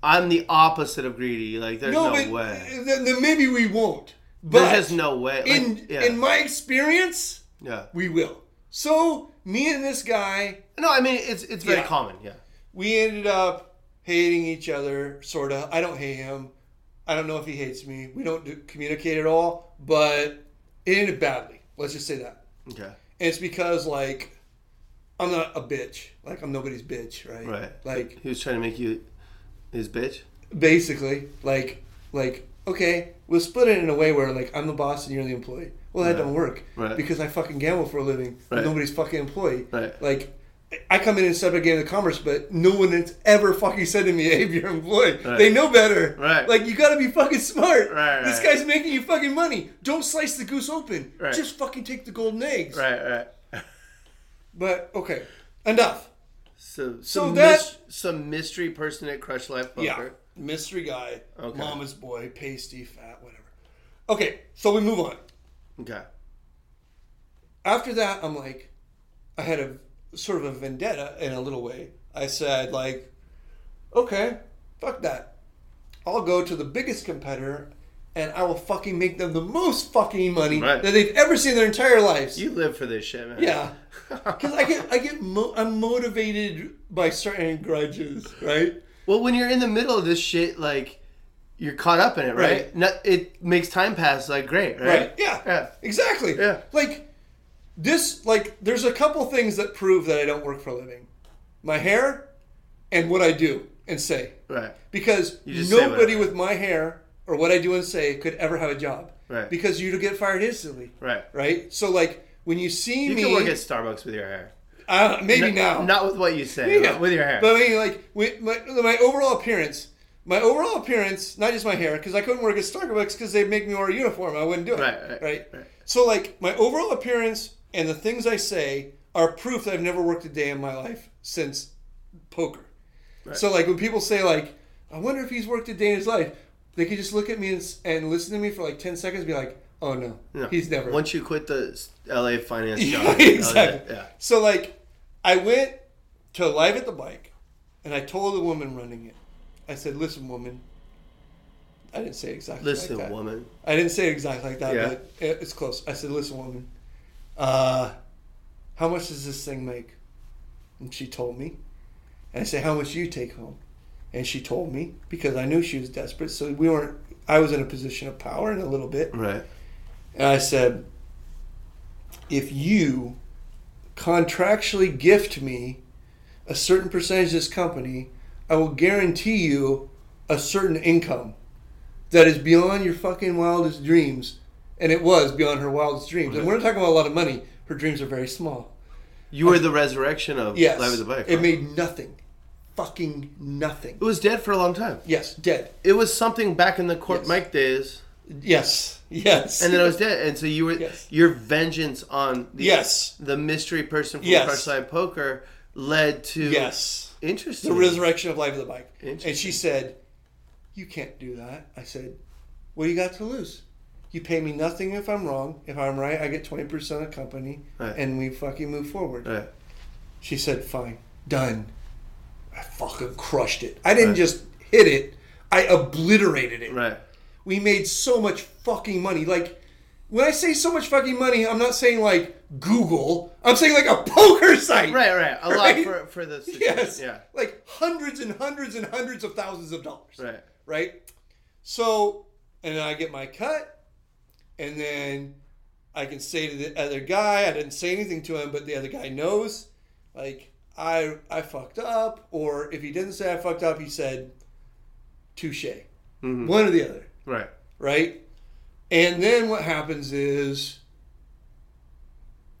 Speaker 1: I'm the opposite of greedy. Like, there's no,
Speaker 4: but
Speaker 1: way.
Speaker 4: Then, then maybe we won't. But
Speaker 1: There's just no way. Like,
Speaker 4: in
Speaker 1: yeah,
Speaker 4: in my experience,
Speaker 1: yeah.
Speaker 4: we will. So me and this guy,
Speaker 1: No, I mean it's it's very
Speaker 4: Yeah.
Speaker 1: common. Yeah.
Speaker 4: we ended up hating each other, sort of. I don't hate him. I don't know if he hates me. We don't do, communicate at all, but it ended badly. Let's just say that.
Speaker 1: Okay.
Speaker 4: And it's because, like, I'm not a bitch. Like, I'm nobody's bitch, right?
Speaker 1: Right.
Speaker 4: Like,
Speaker 1: he was trying to make you his bitch.
Speaker 4: basically, like, like, okay, we'll split it in a way where, like, I'm the boss and you're the employee. Well, that
Speaker 1: Right.
Speaker 4: don't work
Speaker 1: Right.
Speaker 4: because I fucking gamble for a living.
Speaker 1: Right.
Speaker 4: Nobody's fucking employee.
Speaker 1: Right.
Speaker 4: Like, I come in and set up a game of commerce, but no one has ever fucking said to me, "Hey, you're employed."
Speaker 1: Right.
Speaker 4: They know better.
Speaker 1: Right.
Speaker 4: Like, you got to be fucking smart.
Speaker 1: Right,
Speaker 4: This
Speaker 1: right.
Speaker 4: guy's making you fucking money. Don't slice the goose open.
Speaker 1: Right.
Speaker 4: Just fucking take the golden eggs.
Speaker 1: Right. Right.
Speaker 4: But okay, enough.
Speaker 1: So,
Speaker 4: So
Speaker 1: some,
Speaker 4: that-
Speaker 1: mys- some mystery person at Crush Life Poker.
Speaker 4: Yeah, mystery guy,
Speaker 1: Okay.
Speaker 4: mama's boy, pasty, fat, whatever. Okay, so we move on.
Speaker 1: Okay.
Speaker 4: After that, I'm like, I had a sort of a vendetta in a little way. I said like, okay, fuck that. I'll go to the biggest competitor, and I will fucking make them the most fucking money
Speaker 1: Right.
Speaker 4: that they've ever seen in their entire lives.
Speaker 1: You live for this shit, man.
Speaker 4: Yeah, because I get I get mo- I'm motivated by certain grudges, right?
Speaker 1: Well, when you're in the middle of this shit, like you're caught up in it, right?
Speaker 4: Right.
Speaker 1: No- it makes time pass like great, right?
Speaker 4: Right. Yeah.
Speaker 1: Yeah.
Speaker 4: Exactly.
Speaker 1: Yeah.
Speaker 4: Like this. Like there's a couple things that prove that I don't work for a living: my hair and what I do and say.
Speaker 1: Right.
Speaker 4: Because
Speaker 1: just say
Speaker 4: nobody
Speaker 1: whatever.
Speaker 4: with my hair or what I do and say could ever have a job.
Speaker 1: Right.
Speaker 4: Because you'd get fired instantly.
Speaker 1: Right.
Speaker 4: Right. So like when you see
Speaker 1: You
Speaker 4: me,
Speaker 1: can work at Starbucks with your hair.
Speaker 4: uh, maybe now,
Speaker 1: Not with what you say,
Speaker 4: Yeah.
Speaker 1: but with your hair.
Speaker 4: But I mean, like with my, my overall appearance, my overall appearance, not just my hair, because I couldn't work at Starbucks because they make me wear a uniform. I wouldn't do it.
Speaker 1: Right, right, right.
Speaker 4: So like my overall appearance and the things I say are proof that I've never worked a day in my life since poker. So like when people say like, I wonder if he's worked a day in his life, they could just look at me and, s- and listen to me for like ten seconds, and be like, Oh no,
Speaker 1: No.
Speaker 4: he's never.
Speaker 1: Once you quit the s- LA finance job,
Speaker 4: Yeah,
Speaker 1: that was it.
Speaker 4: exactly.
Speaker 1: Yeah.
Speaker 4: So like, I went to Live at the Bike, and I told the woman running it, I said, "Listen, woman." I didn't say it exactly.
Speaker 1: Listen,
Speaker 4: like that.
Speaker 1: woman.
Speaker 4: I didn't say it exactly like that,
Speaker 1: Yeah.
Speaker 4: but it- it's close. I said, "Listen, woman, uh, how much does this thing make?" And she told me, and I said, "How much do you take home?" And she told me because I knew she was desperate, so we weren't. I was in a position of power in a little bit.
Speaker 1: Right.
Speaker 4: And I said, if you contractually gift me a certain percentage of this company, I will guarantee you a certain income that is beyond your fucking wildest dreams. And it was beyond her wildest dreams. And we're not talking about a lot of money. Her dreams are very small.
Speaker 1: You were the resurrection of
Speaker 4: Yes.
Speaker 1: Life of the Bike.
Speaker 4: It
Speaker 1: huh?
Speaker 4: made nothing. Fucking nothing.
Speaker 1: it was dead for a long time.
Speaker 4: Yes, dead.
Speaker 1: It was something back in the Court
Speaker 4: Yes.
Speaker 1: Mike days,
Speaker 4: Yes. Yes.
Speaker 1: and then it was dead. And so you were
Speaker 4: Yes.
Speaker 1: your vengeance on the
Speaker 4: Yes.
Speaker 1: the mystery person from
Speaker 4: Yes.
Speaker 1: Crush Life Poker led to
Speaker 4: Yes.
Speaker 1: interesting
Speaker 4: the resurrection of life of the bike.
Speaker 1: Interesting.
Speaker 4: And she said, "You can't do that." I said, "What do you got to lose? You pay me nothing if I'm wrong. If I'm right, I get twenty percent of the company,
Speaker 1: Right.
Speaker 4: and we fucking move forward."
Speaker 1: Right.
Speaker 4: She said, "Fine, done." I fucking crushed it. I didn't just hit it; I obliterated it.
Speaker 1: Right.
Speaker 4: We made so much fucking money. Like, when I say so much fucking money, I'm not saying like Google. I'm saying like a poker site.
Speaker 1: Right, right. A lot
Speaker 4: Right?
Speaker 1: for for the situation.
Speaker 4: Yes.
Speaker 1: Yeah.
Speaker 4: Like hundreds and hundreds and hundreds of thousands of dollars.
Speaker 1: Right.
Speaker 4: Right? So, and then I get my cut, and then I can say to the other guy, I didn't say anything to him, but the other guy knows, like, I I fucked up, or if he didn't say I fucked up, he said, touche.
Speaker 1: Mm-hmm.
Speaker 4: One or the other
Speaker 1: Right.
Speaker 4: right? And then what happens is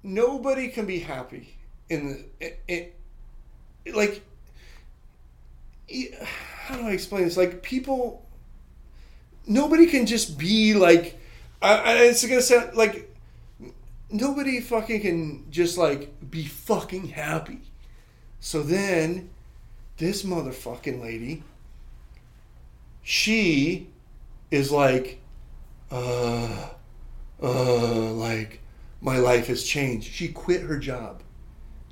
Speaker 4: nobody can be happy in the it, it- like e- how do I explain this? Like people, nobody can just be like. I, I, it's gonna sound like nobody fucking can just like be fucking happy. So then, this motherfucking lady, she is like, uh, uh, like, my life has changed. She quit her job.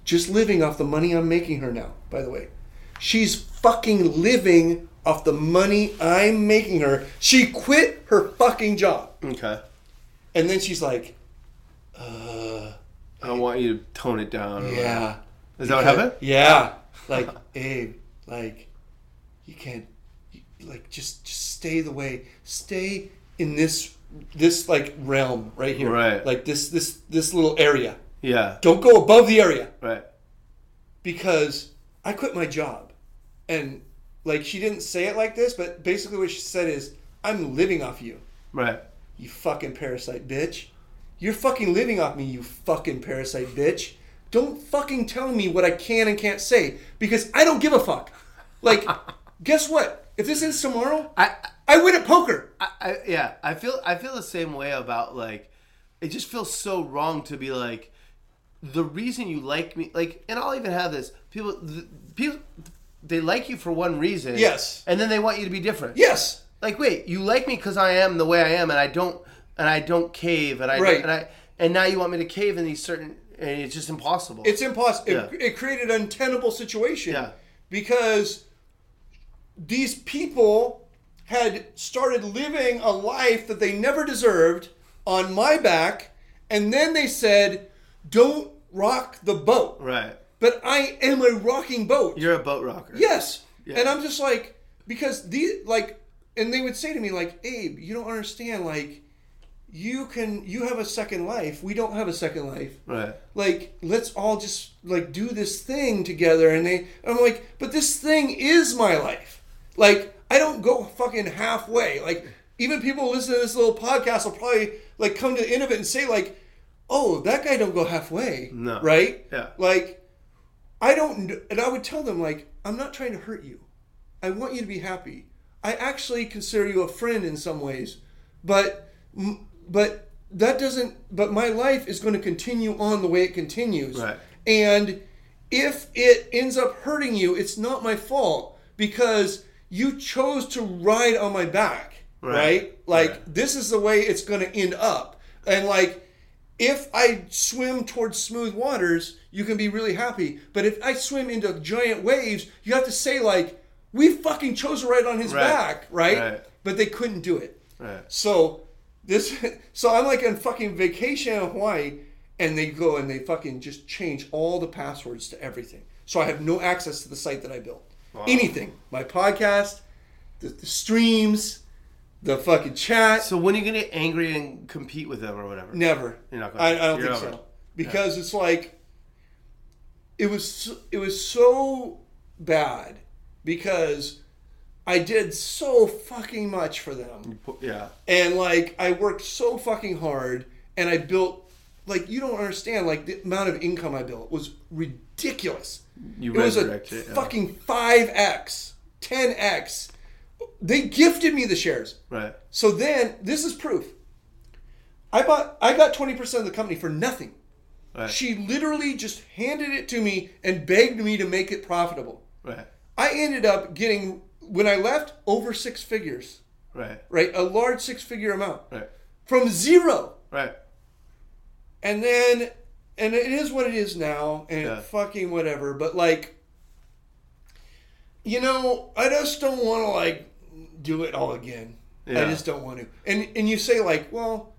Speaker 4: Just living off the money I'm making her now, by the way. She's fucking living off the money I'm making her. She quit her fucking job.
Speaker 1: Okay.
Speaker 4: And then she's like, uh,
Speaker 1: I want you to tone it down. or whatever.
Speaker 4: yeah.
Speaker 1: Is that what happened?
Speaker 4: Yeah. Like, Abe, like, you can't, you, like, just, just stay the way, stay in this, this, like, realm right here.
Speaker 1: Right.
Speaker 4: Like, this, this, this little area.
Speaker 1: Yeah.
Speaker 4: Don't go above the area
Speaker 1: Right.
Speaker 4: because I quit my job. And, like, she didn't say it like this, but basically what she said is, I'm living off you,
Speaker 1: Right.
Speaker 4: you fucking parasite bitch. You're fucking living off me, you fucking parasite bitch. Don't fucking tell me what I can and can't say because I don't give a fuck. Like, guess what? If this ends tomorrow, I,
Speaker 1: I,
Speaker 4: win at poker.
Speaker 1: I, I yeah. I feel I feel the same way about like. It just feels so wrong to be like. the reason you like me, like, and I'll even have this people, the, people, they like you for one reason.
Speaker 4: Yes.
Speaker 1: And then they want you to be different.
Speaker 4: Yes.
Speaker 1: Like, wait, you like me because I am the way I am, and I don't, and I don't cave, and I,
Speaker 4: Right.
Speaker 1: and I, and now you want me to cave in these certain, and it's just impossible.
Speaker 4: It's impossible. It,
Speaker 1: Yeah.
Speaker 4: it created an untenable situation
Speaker 1: Yeah.
Speaker 4: because these people had started living a life that they never deserved on my back, and then they said, "Don't rock the boat."
Speaker 1: right.
Speaker 4: But I am a rocking boat.
Speaker 1: You're a boat rocker.
Speaker 4: Yes.
Speaker 1: Yeah.
Speaker 4: And I'm just like, because these, like, and they would say to me, like, Abe, you don't understand. Like, you can, you have a second life. We don't have a second life.
Speaker 1: Right.
Speaker 4: Like, let's all just, like, do this thing together. And they, I'm like, but this thing is my life. Like, I don't go fucking halfway. Like, even people listening to this little podcast will probably, like, come to the end of it and say, like, oh, that guy don't go halfway.
Speaker 1: No.
Speaker 4: Right?
Speaker 1: Yeah.
Speaker 4: Like, I don't, kn- and I would tell them like, I'm not trying to hurt you. I want you to be happy. I actually consider you a friend in some ways, but m- but that doesn't. But my life is going to continue on the way it continues.
Speaker 1: Right.
Speaker 4: And if it ends up hurting you, it's not my fault because you chose to ride on my back. Right.
Speaker 1: Right.
Speaker 4: Like
Speaker 1: Right.
Speaker 4: this is the way it's going to end up, and like if I swim towards smooth waters, you can be really happy. But if I swim into giant waves, you have to say like, "We fucking chose right on his
Speaker 1: Right.
Speaker 4: back, right?
Speaker 1: Right.
Speaker 4: But they couldn't do it.
Speaker 1: Right.
Speaker 4: So this, so I'm like on fucking vacation in Hawaii, and they go and they fucking just change all the passwords to everything. So I have no access to the site that I built. Anything, my podcast, the, the streams, the fucking chat.
Speaker 1: So when are you gonna get angry and compete with them or whatever?
Speaker 4: Never.
Speaker 1: You're not gonna-
Speaker 4: I, I don't
Speaker 1: you're
Speaker 4: think
Speaker 1: over it.
Speaker 4: so. Because it's like it was so- it was so bad because I did so fucking much for them.
Speaker 1: Yeah.
Speaker 4: And like I worked so fucking hard and I built like you don't understand like the amount of income I built was ridiculous.
Speaker 1: You
Speaker 4: it was a
Speaker 1: resurrected it, yeah.
Speaker 4: fucking 5x, 10x. They gifted me the shares.
Speaker 1: Right.
Speaker 4: So then, this is proof. I bought, I got twenty percent of the company for nothing.
Speaker 1: Right.
Speaker 4: She literally just handed it to me and begged me to make it profitable.
Speaker 1: Right.
Speaker 4: I ended up getting, when I left, over six figures,
Speaker 1: Right.
Speaker 4: right? A large six-figure amount
Speaker 1: Right.
Speaker 4: from zero.
Speaker 1: Right.
Speaker 4: And then, and it is what it is now, and
Speaker 1: Yeah.
Speaker 4: fucking whatever. But like, you know, I just don't want to like do it all again. I
Speaker 1: Yeah.
Speaker 4: just don't want to. And and you say like, well,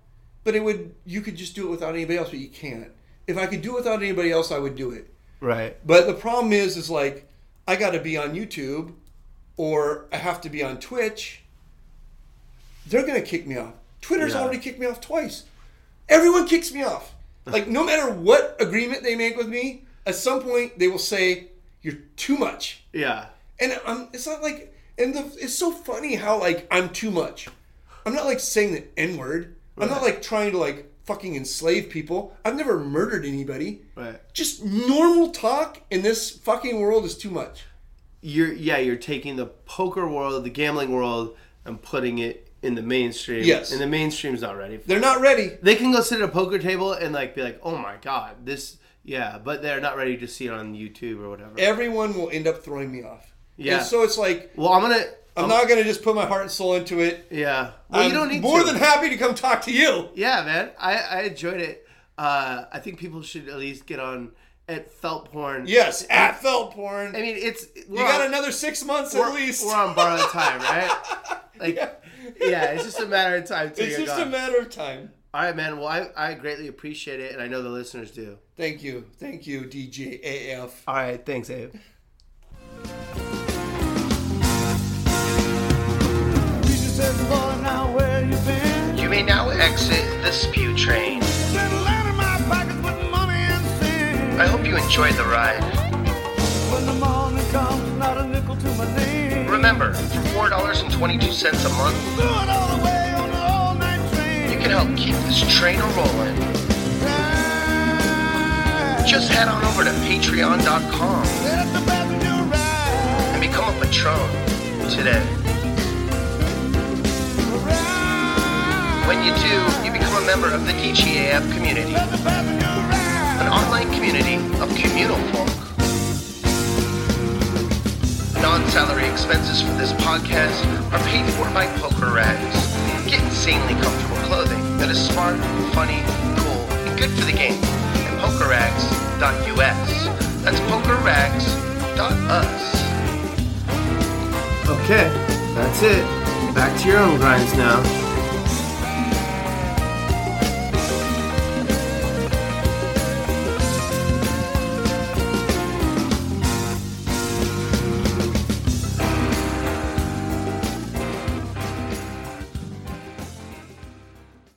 Speaker 4: but it would. You could just do it without anybody else, but you can't. If I could do it without anybody else, I would do it.
Speaker 1: Right.
Speaker 4: But the problem is, is like I got to be on YouTube, or I have to be on Twitch. They're gonna kick me off. Twitter's
Speaker 1: Yeah.
Speaker 4: already kicked me off twice. Everyone kicks me off. Like no matter what agreement they make with me, at some point they will say you're too much.
Speaker 1: Yeah.
Speaker 4: And um, it's not like, and the, it's so funny how like I'm too much. I'm not like saying the N word. I'm not like trying to like fucking enslave people. I've never murdered anybody
Speaker 1: Right.
Speaker 4: just normal talk in this fucking world is too much.
Speaker 1: You're yeah, you're taking the poker world, the gambling world, and putting it in the mainstream.
Speaker 4: Yes.
Speaker 1: And the mainstream's not ready. For
Speaker 4: They're not ready.
Speaker 1: They can go sit at a poker table and like be like, oh my god, this yeah, but they're not ready to see it on YouTube or whatever.
Speaker 4: Everyone will end up throwing me off.
Speaker 1: Yeah.
Speaker 4: And so it's like
Speaker 1: well, I'm gonna.
Speaker 4: I'm not gonna just put my heart and soul into it.
Speaker 1: Yeah. Well,
Speaker 4: Uh, I'm
Speaker 1: you don't need
Speaker 4: more
Speaker 1: to.
Speaker 4: than happy to come talk to you.
Speaker 1: Yeah, man, I, I enjoyed it. Uh, I think people should at least get on at felt porn.
Speaker 4: Yes, at felt porn.
Speaker 1: I mean, it's
Speaker 4: you got another six months
Speaker 1: we're,
Speaker 4: at least.
Speaker 1: We're on borrowed time, right? Like, yeah. it's just a matter of time. till
Speaker 4: it's
Speaker 1: you're
Speaker 4: just a
Speaker 1: gone.
Speaker 4: matter of time.
Speaker 1: All right, man. Well, I, I greatly appreciate it, and I know the listeners do.
Speaker 4: Thank you. Thank you, DJAF.
Speaker 1: All right, thanks, Abe.
Speaker 3: You may now exit the spew train. I hope you enjoyed the ride. Remember, for $4.22 a month, you can help keep this train rolling. Just head on over to patreon.com and become a patron today. When you do, you become a member of the DGAF community.
Speaker 2: Let the passenger ride.
Speaker 3: an online community of communal folk. Non-salary expenses for this podcast are paid for by Poker Rags. Get insanely comfortable clothing that is smart, funny, cool, and good for the game at pokerrags.us. That's pokerrags.us.
Speaker 1: Okay, that's it. Back to your own grinds now.